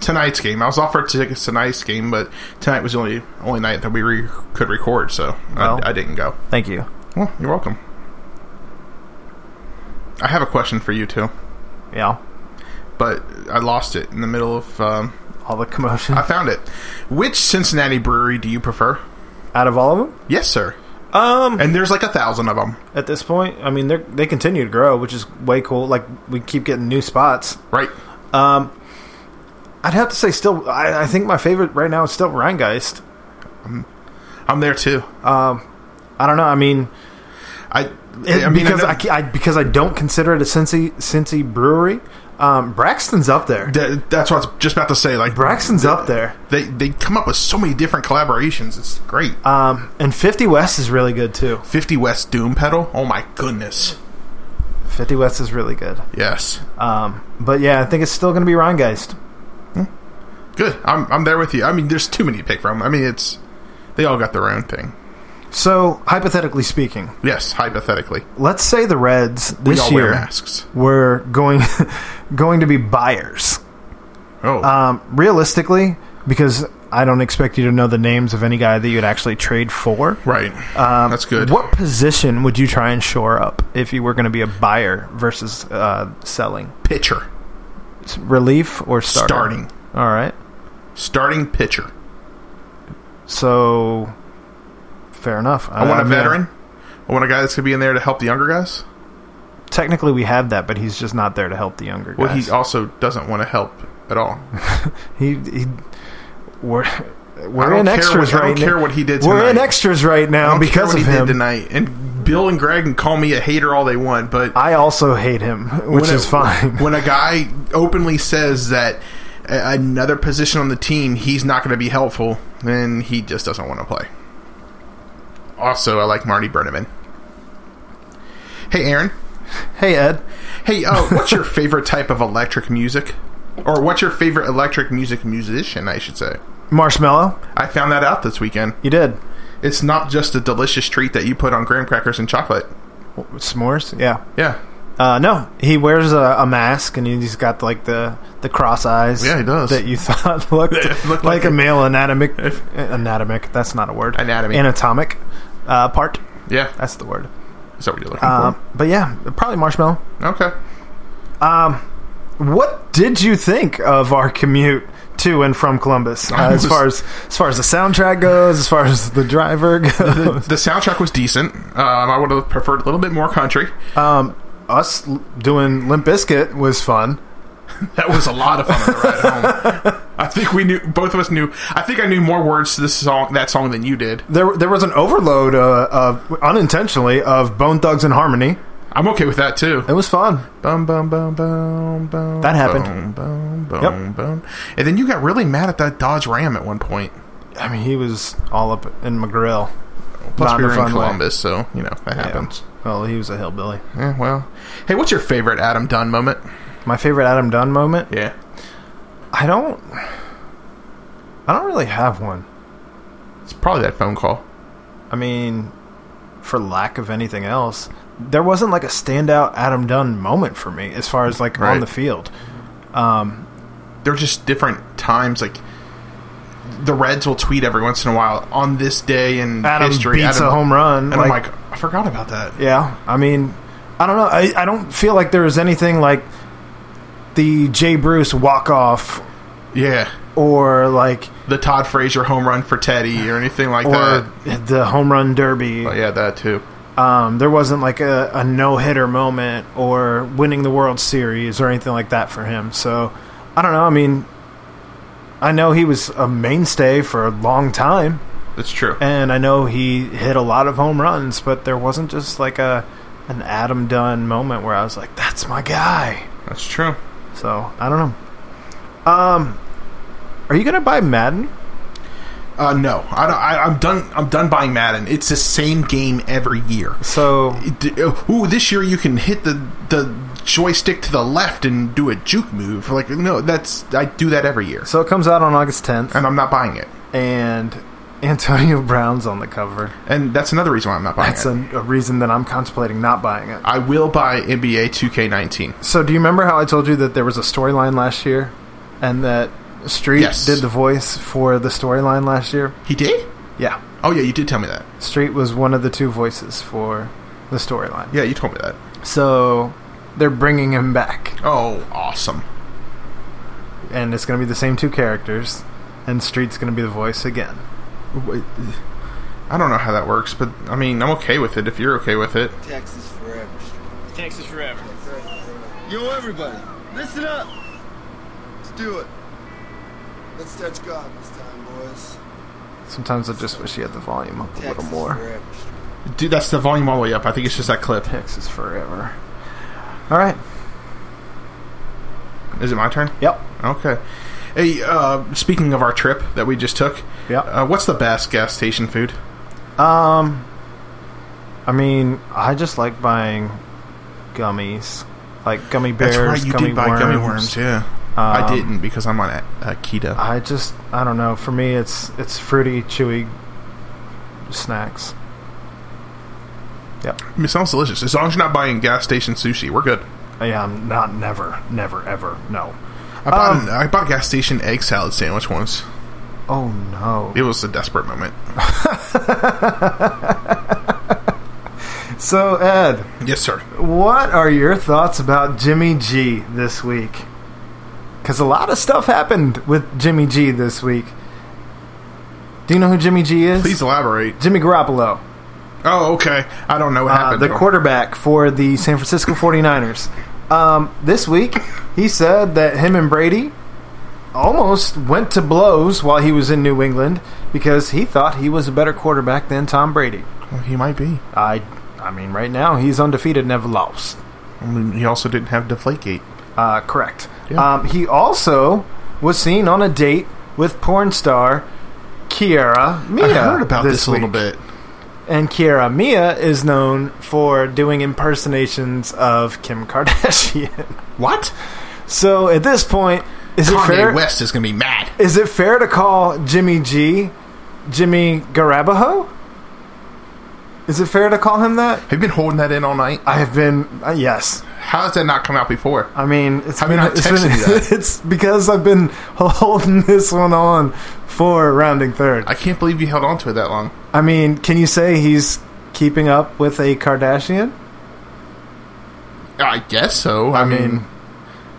tonight's game. I was offered tickets to tonight's game, but tonight was the only only night that we re- could record, so Well, I, I didn't go. Thank you. Well, you're welcome. I have a question for you too. Yeah. But I lost it in the middle of um, all the commotion. I found it. Which Cincinnati brewery do you prefer? Out of all of them? Yes, sir. Um, and there's like a thousand of them At this point, I mean, they they continue to grow, which is way cool. Like we keep getting new spots. Right. Um, I'd have to say, still, I, I think my favorite right now is still Rheingeist. I'm, I'm there too. Um, I don't know. I mean, I, it- I mean, I because know- I, ca- I- because I don't consider it a Cincy Cincy brewery. Um, Braxton's up there. That- that's what I was just about to say. Like Braxton's up there. They they come up with so many different collaborations. It's great. Um, and Fifty West is really good too. Fifty West Doom Pedal. Oh my goodness. Fifty West is really good. Yes. Um, but yeah, I think it's still going to be Rheingeist. Hmm. Good. I'm I'm there with you. I mean, there's too many to pick from. I mean, it's they all got their own thing. So hypothetically speaking, Yes, hypothetically. let's say the Reds We this all wear year masks. were going <laughs> going to be buyers. Oh, um, realistically, because I don't expect you to know the names of any guy that you'd actually trade for. Right. Um, That's good. What position would you try and shore up if you were going to be a buyer versus uh, selling? Pitcher, S- relief, or starter? Starting. All right. Starting pitcher. So, fair enough. I want a mean, veteran. I want a guy that's gonna be in there to help the younger guys. Technically, we have that, but he's just not there to help the younger guys. Well, he also doesn't want to help at <laughs> all. He, he we're I we're don't in care extras what- I right don't now. care what he did We're in tonight. extras right I now don't care because what of he did him. tonight. And Bill and Greg can call me a hater all they want, but I also <laughs> hate him, which When a- is fine. When a guy openly says that a- another position on the team he's not going to be helpful, then he just doesn't want to play. Also, I like Marty Berniman. Hey, Aaron. Hey, Ed. Hey, uh, what's your favorite type of electric music? Or what's your favorite electric music musician, I should say? Marshmallow. I found that out this weekend. You did. It's not just a delicious treat that you put on graham crackers and chocolate. S'mores? Yeah. Yeah. Uh, no, he wears a, a mask and he's got like the, the cross eyes. Yeah, he does. That you <laughs> thought looked, looked like, like a it. male anatomic. <laughs> anatomic. That's not a word. Anatomy. Anatomic uh, part. Yeah. That's the word. Is that what you're looking Um, for? but yeah, probably marshmallow. Okay. Um, what did you think of our commute to and from Columbus? Uh, I as was- far as as far as the soundtrack goes, as far as the driver <laughs> the, <laughs> goes, the soundtrack was decent. Um, I would have preferred a little bit more country. um, us l- doing Limp Bizkit was fun. <laughs> That was a lot of fun on the ride <laughs> home. I think we knew both of us knew. I think I knew more words to this song, that song, than you did. There, there was an overload uh, of unintentionally of Bone Thugs and Harmony. I'm okay with that too. It was fun. Bum bum bum bum bum. That happened. Boom, boom, boom, Yep. boom. And then you got really mad at that Dodge Ram at one point. I mean, he was all up in McGrill. Plus, Not we in were a in fun way. Columbus, so you know that happens. Well, he was a hillbilly. Yeah. Well, hey, what's your favorite Adam Dunn moment? My favorite Adam Dunn moment? Yeah. I don't. I don't really have one. It's probably that phone call. I mean, for lack of anything else, there wasn't like a standout Adam Dunn moment for me as far as like on Right. the field. Um, They're just different times. Like the Reds will tweet every once in a while on this day in Adam history. beats a home run, and like- I'm like, I forgot about that. Yeah, I mean, I don't know. I, I don't feel like there is anything like the Jay Bruce walk off, Yeah. or like The Todd Frazier home run for Teddy or anything like or that. the home run derby. Oh, yeah, that too. Um, there wasn't like a, a no hitter moment or winning the World Series or anything like that for him. So I don't know. I mean, I know he was a mainstay for a long time. That's true. And I know he hit a lot of home runs, but there wasn't just like a an Adam Dunn moment where I was like, "That's my guy." That's true. So I don't know. Um, are you gonna buy Madden? Uh, no, I don't, I, I'm done. I'm done buying Madden. It's the same game every year. uh, So, ooh, this year you can hit the the joystick to the left and do a juke move. Like, no, that's I do that every year. So it comes out on August 10th, and I'm not buying it. And <laughs> Antonio Brown's on the cover, and that's another reason why I'm not buying That's it. a, a reason that I'm contemplating not buying it. I will buy NBA 2K19. So do you remember how I told you that there was a storyline last year, and that Street Yes. did the voice for the storyline last year? He did. Yeah, Oh yeah, you did tell me that. Street was one of the two voices for the storyline. Yeah, you told me that. So they're bringing him back, Oh, awesome. and it's going to be the same two characters, and Street's going to be the voice again. Wait, I don't know how that works, but I mean, I'm okay with it if you're okay with it. Texas forever. Texas forever. Yo, everybody, listen up. Let's do it. Let's touch God this time, boys. Sometimes I just wish he had the volume up a little Texas more. forever. Dude, that's the volume all the way up. I think it's just that clip. Texas forever. All right. Is it my turn? Yep. Okay. Hey, uh, speaking of our trip that we just took, yeah. Uh, what's the best gas station food? Um, I mean, I just like buying gummies, like gummy bears. That's right, you gummy did buy worms. gummy worms, yeah. I Um, didn't because I'm on a, uh keto. I just, I don't know. For me, it's it's fruity, chewy snacks. Yep. It sounds delicious. As long as you're not buying gas station sushi, we're good. Yeah, I'm not never, never, ever. No. Um, I bought, an, I bought a gas station egg salad sandwich once. Oh no! It was a desperate moment. <laughs> So uh, Ed, yes sir. What are your thoughts about Jimmy G this week? Because a lot of stuff happened with Jimmy G this week. Do you know who Jimmy G is? Please elaborate. Jimmy Garoppolo. Oh, okay. I don't know what Uh, happened. the to him. quarterback for the San Francisco 49ers. Um, this week, he said that him and Brady almost went to blows while he was in New England because he thought he was a better quarterback than Tom Brady. Well, he might be. I, I mean, right now he's undefeated, never lost. I mean, he also didn't have Deflategate. Uh, correct. Um, he also was seen on a date with porn star Kiara Mia. I heard about this a little week. bit. And Kiara Mia is known for doing impersonations of Kim Kardashian. <laughs> What? So at this point, is Kanye it fair? West is going to be mad. Is it fair to call Jimmy G Jimmy Garabaho? Is it fair to call him that? Have you been holding that in all night? I have been. Uh, yes. How has that not come out before? I mean, it's Have you not it's texted me <laughs> that? It's because I've been <laughs> holding this one on for rounding third. I can't believe you held on to it that long. I mean, can you say he's keeping up with a Kardashian? I guess so. I, mean,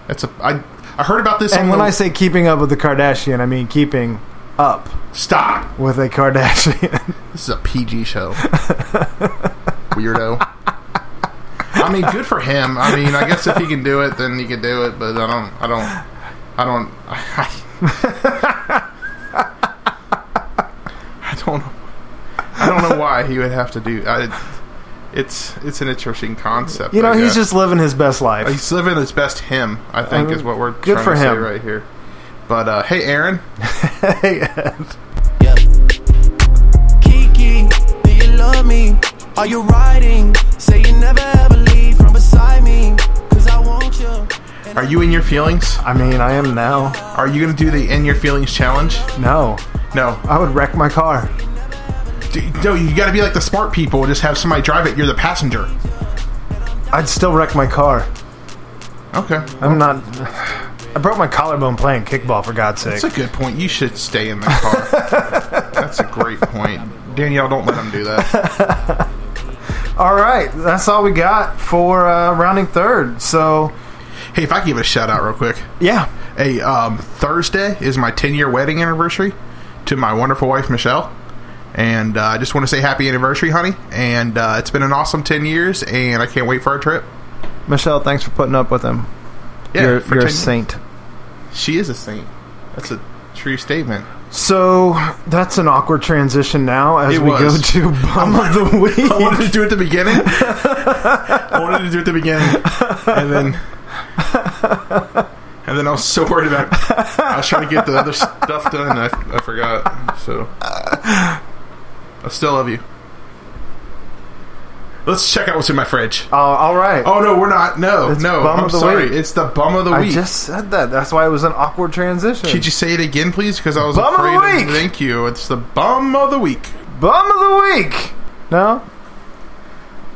that's a. I I heard about this. and on when the, I say keeping up with the Kardashian, I mean keeping up. Stop. With a Kardashian. This is a PG show. Weirdo. I mean, good for him. I mean, I guess if he can do it, then he can do it. But I don't. I don't. I don't. I, I don't. I don't know why he would have to do. I, it's it's an interesting concept. You know, I he's guess. just living <laughs> his best life. He's living his best him, I think, Um, is what we're good trying for to say him. right here. But uh, hey, Aaron. <laughs> hey, Ed. Kiki, do you love me? Are you riding? Say you never ever leave from beside me. Cause I want you. Are you in your feelings? I mean, I am now. Are you going to do the in your feelings challenge? No. No. I would wreck my car. no, you got to be like the smart people. Just have somebody drive it. You're the passenger. I'd still wreck my car. Okay. I'm not. <sighs> I broke my collarbone playing kickball, for God's sake. That's a good point. You should stay in the car. <laughs> That's a great point. Danielle, don't let him do that. All right, that's all we got for uh, rounding third. So, hey, if I can give a shout out real quick. Yeah. Hey, um, Thursday is my 10 year wedding anniversary to my wonderful wife, Michelle. And uh, I just want to say happy anniversary, honey. And uh, it's been an awesome 10 years, and I can't wait for our trip. Michelle, thanks for putting up with him. Yeah, you're, for you're a 10 saint. She is a saint. That's a true statement. So that's an awkward transition now as It we was. go to bum of the <laughs> week. I wanted to do it at the beginning. I wanted to do it at the beginning, and then and then I was so worried about. I was trying to get the other stuff done. And I I forgot. So I still love you. Let's check out what's in my fridge. Oh, all right. Oh no, we're not. <laughs> No, no. bum I'm of the sorry. week. It's the bum of the I week. just said that. That's why it was an awkward transition. Could you say it again, please? Because I was Bum of the afraid. week. thank you. It's the bum of the week. Bum of the week. No.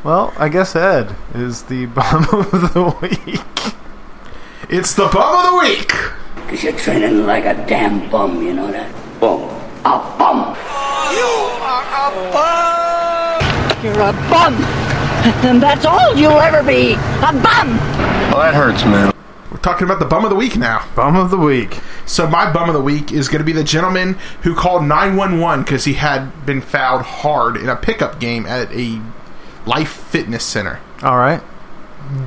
Well, I guess Ed is the <laughs> bum of the week. It's the bum of the week. Because you're training like a damn bum, you know that? Bum. A bum. You're a bum. <laughs> And that's all you'll ever be. A bum. Well, Oh, that hurts, man. We're talking about the bum of the week now. Bum of the week. So my bum of the week is going to be the gentleman who called 911 because he had been fouled hard in a pickup game at a Life Fitness Center. All right.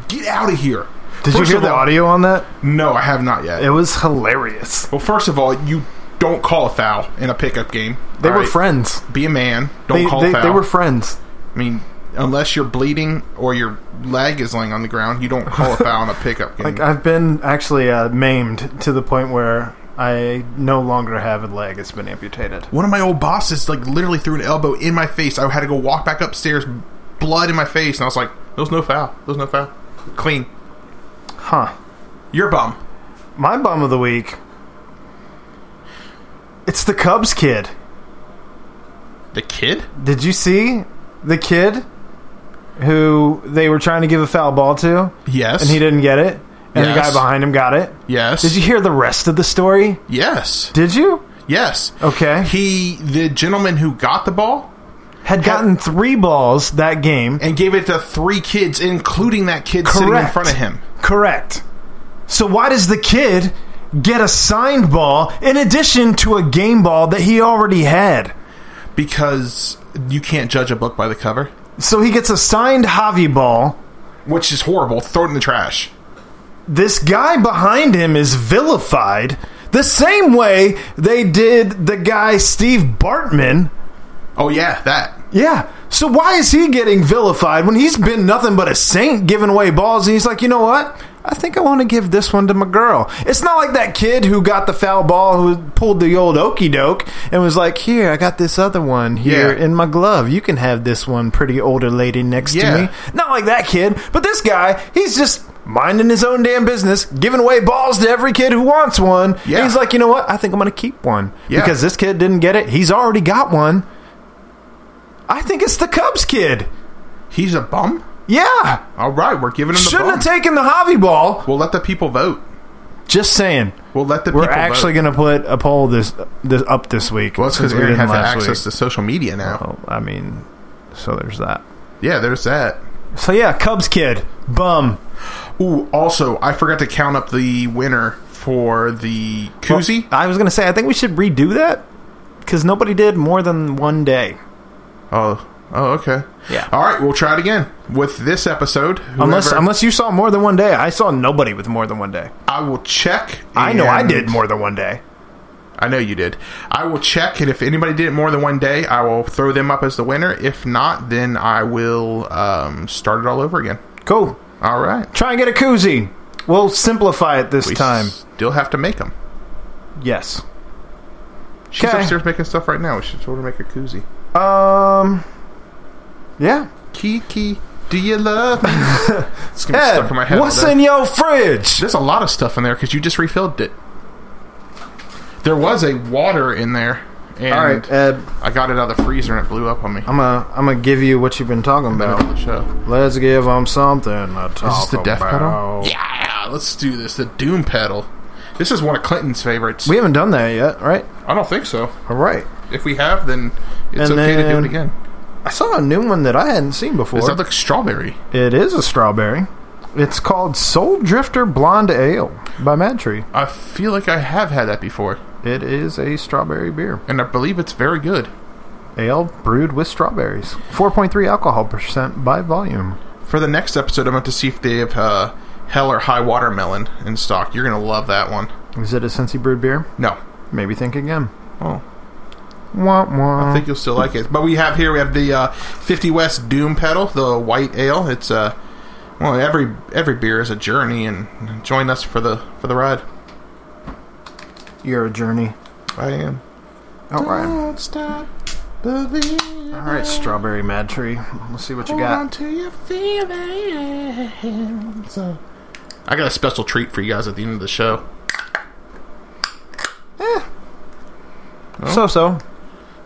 Get out of here. Did you hear the audio on that? No, I have not yet. It was hilarious. Well, first of all, you don't call a foul in a pickup game. They all were friends. Be a man. Don't They- call they- a foul. they were friends. I mean, unless you're bleeding or your leg is laying on the ground, you don't call a foul in a pickup game. <laughs> Like I've been actually uh, maimed to the point where I no longer have a leg; it's been amputated. One of my old bosses like literally threw an elbow in my face. I had to go walk back upstairs, blood in my face, and I was like, "There's no foul. There's no foul. Clean." Huh? Your bum. My bum of the week. It's the Cubs kid. The kid? Did you see the kid who they were trying to give a foul ball to? Yes. And he didn't get it, and the Yes. guy behind him got it. Yes. Did you hear the rest of the story? Yes. Did you? Yes. Okay. He, the gentleman who got the ball, had gotten three balls that game and gave it to three kids, including that kid sitting in Correct. front of him. Correct. So why does the kid get a signed ball in addition to a game ball that he already had? Because you can't judge a book by the cover, So he gets a signed Javi ball. which is horrible. Throw it in the trash. This guy behind him is vilified the same way they did the guy Steve Bartman. Oh yeah, that. Yeah. So why is he getting vilified when he's been nothing but a saint giving away balls and he's like, you know what? I think I want to give this one to my girl. It's not like that kid who got the foul ball who pulled the old okey doke and was like, here, I got this other one here Yeah. in my glove. You can have this one, pretty older lady next Yeah. to me. Not like that kid, but this guy, he's just minding his own damn business, giving away balls to every kid who wants one. And Yeah. he's like, you know what? I think I'm going to keep one Yeah. because this kid didn't get it. He's already got one. I think it's the Cubs kid. He's a bum? Yeah. All right, we're giving him the Shouldn't bum. have taken the hobby ball. We'll let the people vote. Just saying. We'll let the We're people actually vote. going to put a poll this this up this week. Well, that's because since we Aaron didn't has last access week. to social media now. Well, I mean, so there's that. Yeah, there's that. So yeah, Cubs kid, bum. Ooh, also, I forgot to count up the winner for the koozie. I was going to say, I think we should redo that because nobody did more than one day. Oh, oh, okay. Yeah. All right, we'll try it again with this episode. Unless Whoever- unless you saw more than one day, I saw nobody with more than one day. I will check. I know I did and- more than one day. I know you did. I will check, and if anybody did it more than one day, I will throw them up as the winner. If not, then I will um, start it all over again. Cool. All right. Try and get a koozie. We'll simplify it this We time. Still have to make them. Yes. She's Okay. upstairs making stuff right now. We should sort of make a koozie. Um. Yeah. Kiki, do you love <laughs> me? It's gonna be Ed, stuck in my head. uh, what's in your fridge? There's a lot of stuff in there because you just refilled it. There was a water in there, and All right, Ed. I got it out of the freezer and it blew up on me. I'm gonna I'm gonna give you what you've been talking about. Let's give them something to talk Is this the death about. pedal? Yeah, let's do this. The doom pedal. This is one of Clinton's favorites. We haven't done that yet, right? I don't think so. All right. If we have, then it's And okay to then- do it again. I saw a new one that I hadn't seen before. Is that the strawberry? It is a strawberry. It's called Soul Drifter Blonde Ale by Mad Tree. I feel like I have had that before. It is a strawberry beer, and I believe it's very good. Ale brewed with strawberries. 4.3 alcohol percent by volume. For the next episode, I'm going to see if they have uh, Hell or High Watermelon in stock. You're going to love that one. Is it a Sensi brewed beer? No. Maybe think again. Oh. Wah, wah. I think you'll still like it. But we have here we have the uh, 50 West Doom Pedal, the white ale. It's uh, well every every beer is a journey, and join us for the for the ride. You're a journey. I am. All right. Don't stop believing. All right, Strawberry Mad Tree. Let's see what you Hold got. on to your feelings. Uh, I got a special treat for you guys at the end of the show. Eh. Oh. So so.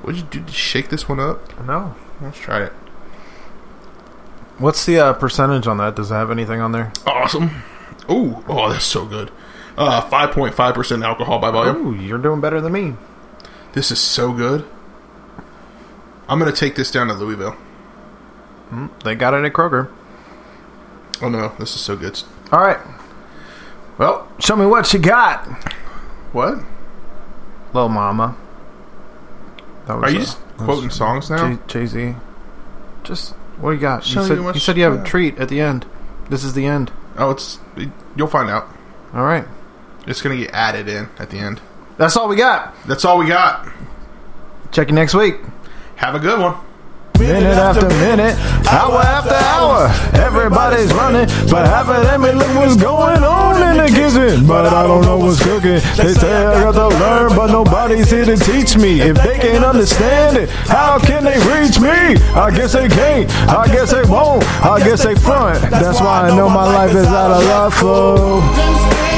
What'd you do? Did you shake this one up? No. Let's try it. What's the uh, percentage on that? Does it have anything on there? Awesome. Ooh, oh, that's so good. Uh, 5.5% alcohol by volume. Ooh, you're doing better than me. This is so good. I'm going to take this down to Louisville. Mm, They got it at Kroger. Oh, no. This is so good. All right. Well, show me what you got. What? Lil Mama. That Are you just quoting songs now? Jay Z. Just what do you got? Show you said you you, what said you you have a got. treat at the end. This is the end. Oh, it's. You'll find out. All right. It's going to get added in at the end. That's all we got. That's all we got. Check you next week. Have a good one. Minute after minute, hour after hour, everybody's running, but half of them ain't look what's going on in the kitchen. But I don't know what's cooking. They say I got to learn, but nobody's here to teach me. If they can't understand it, how can they reach me? I guess they can't. I guess they won't. I guess they front. That's why I know my life is out of love. fool.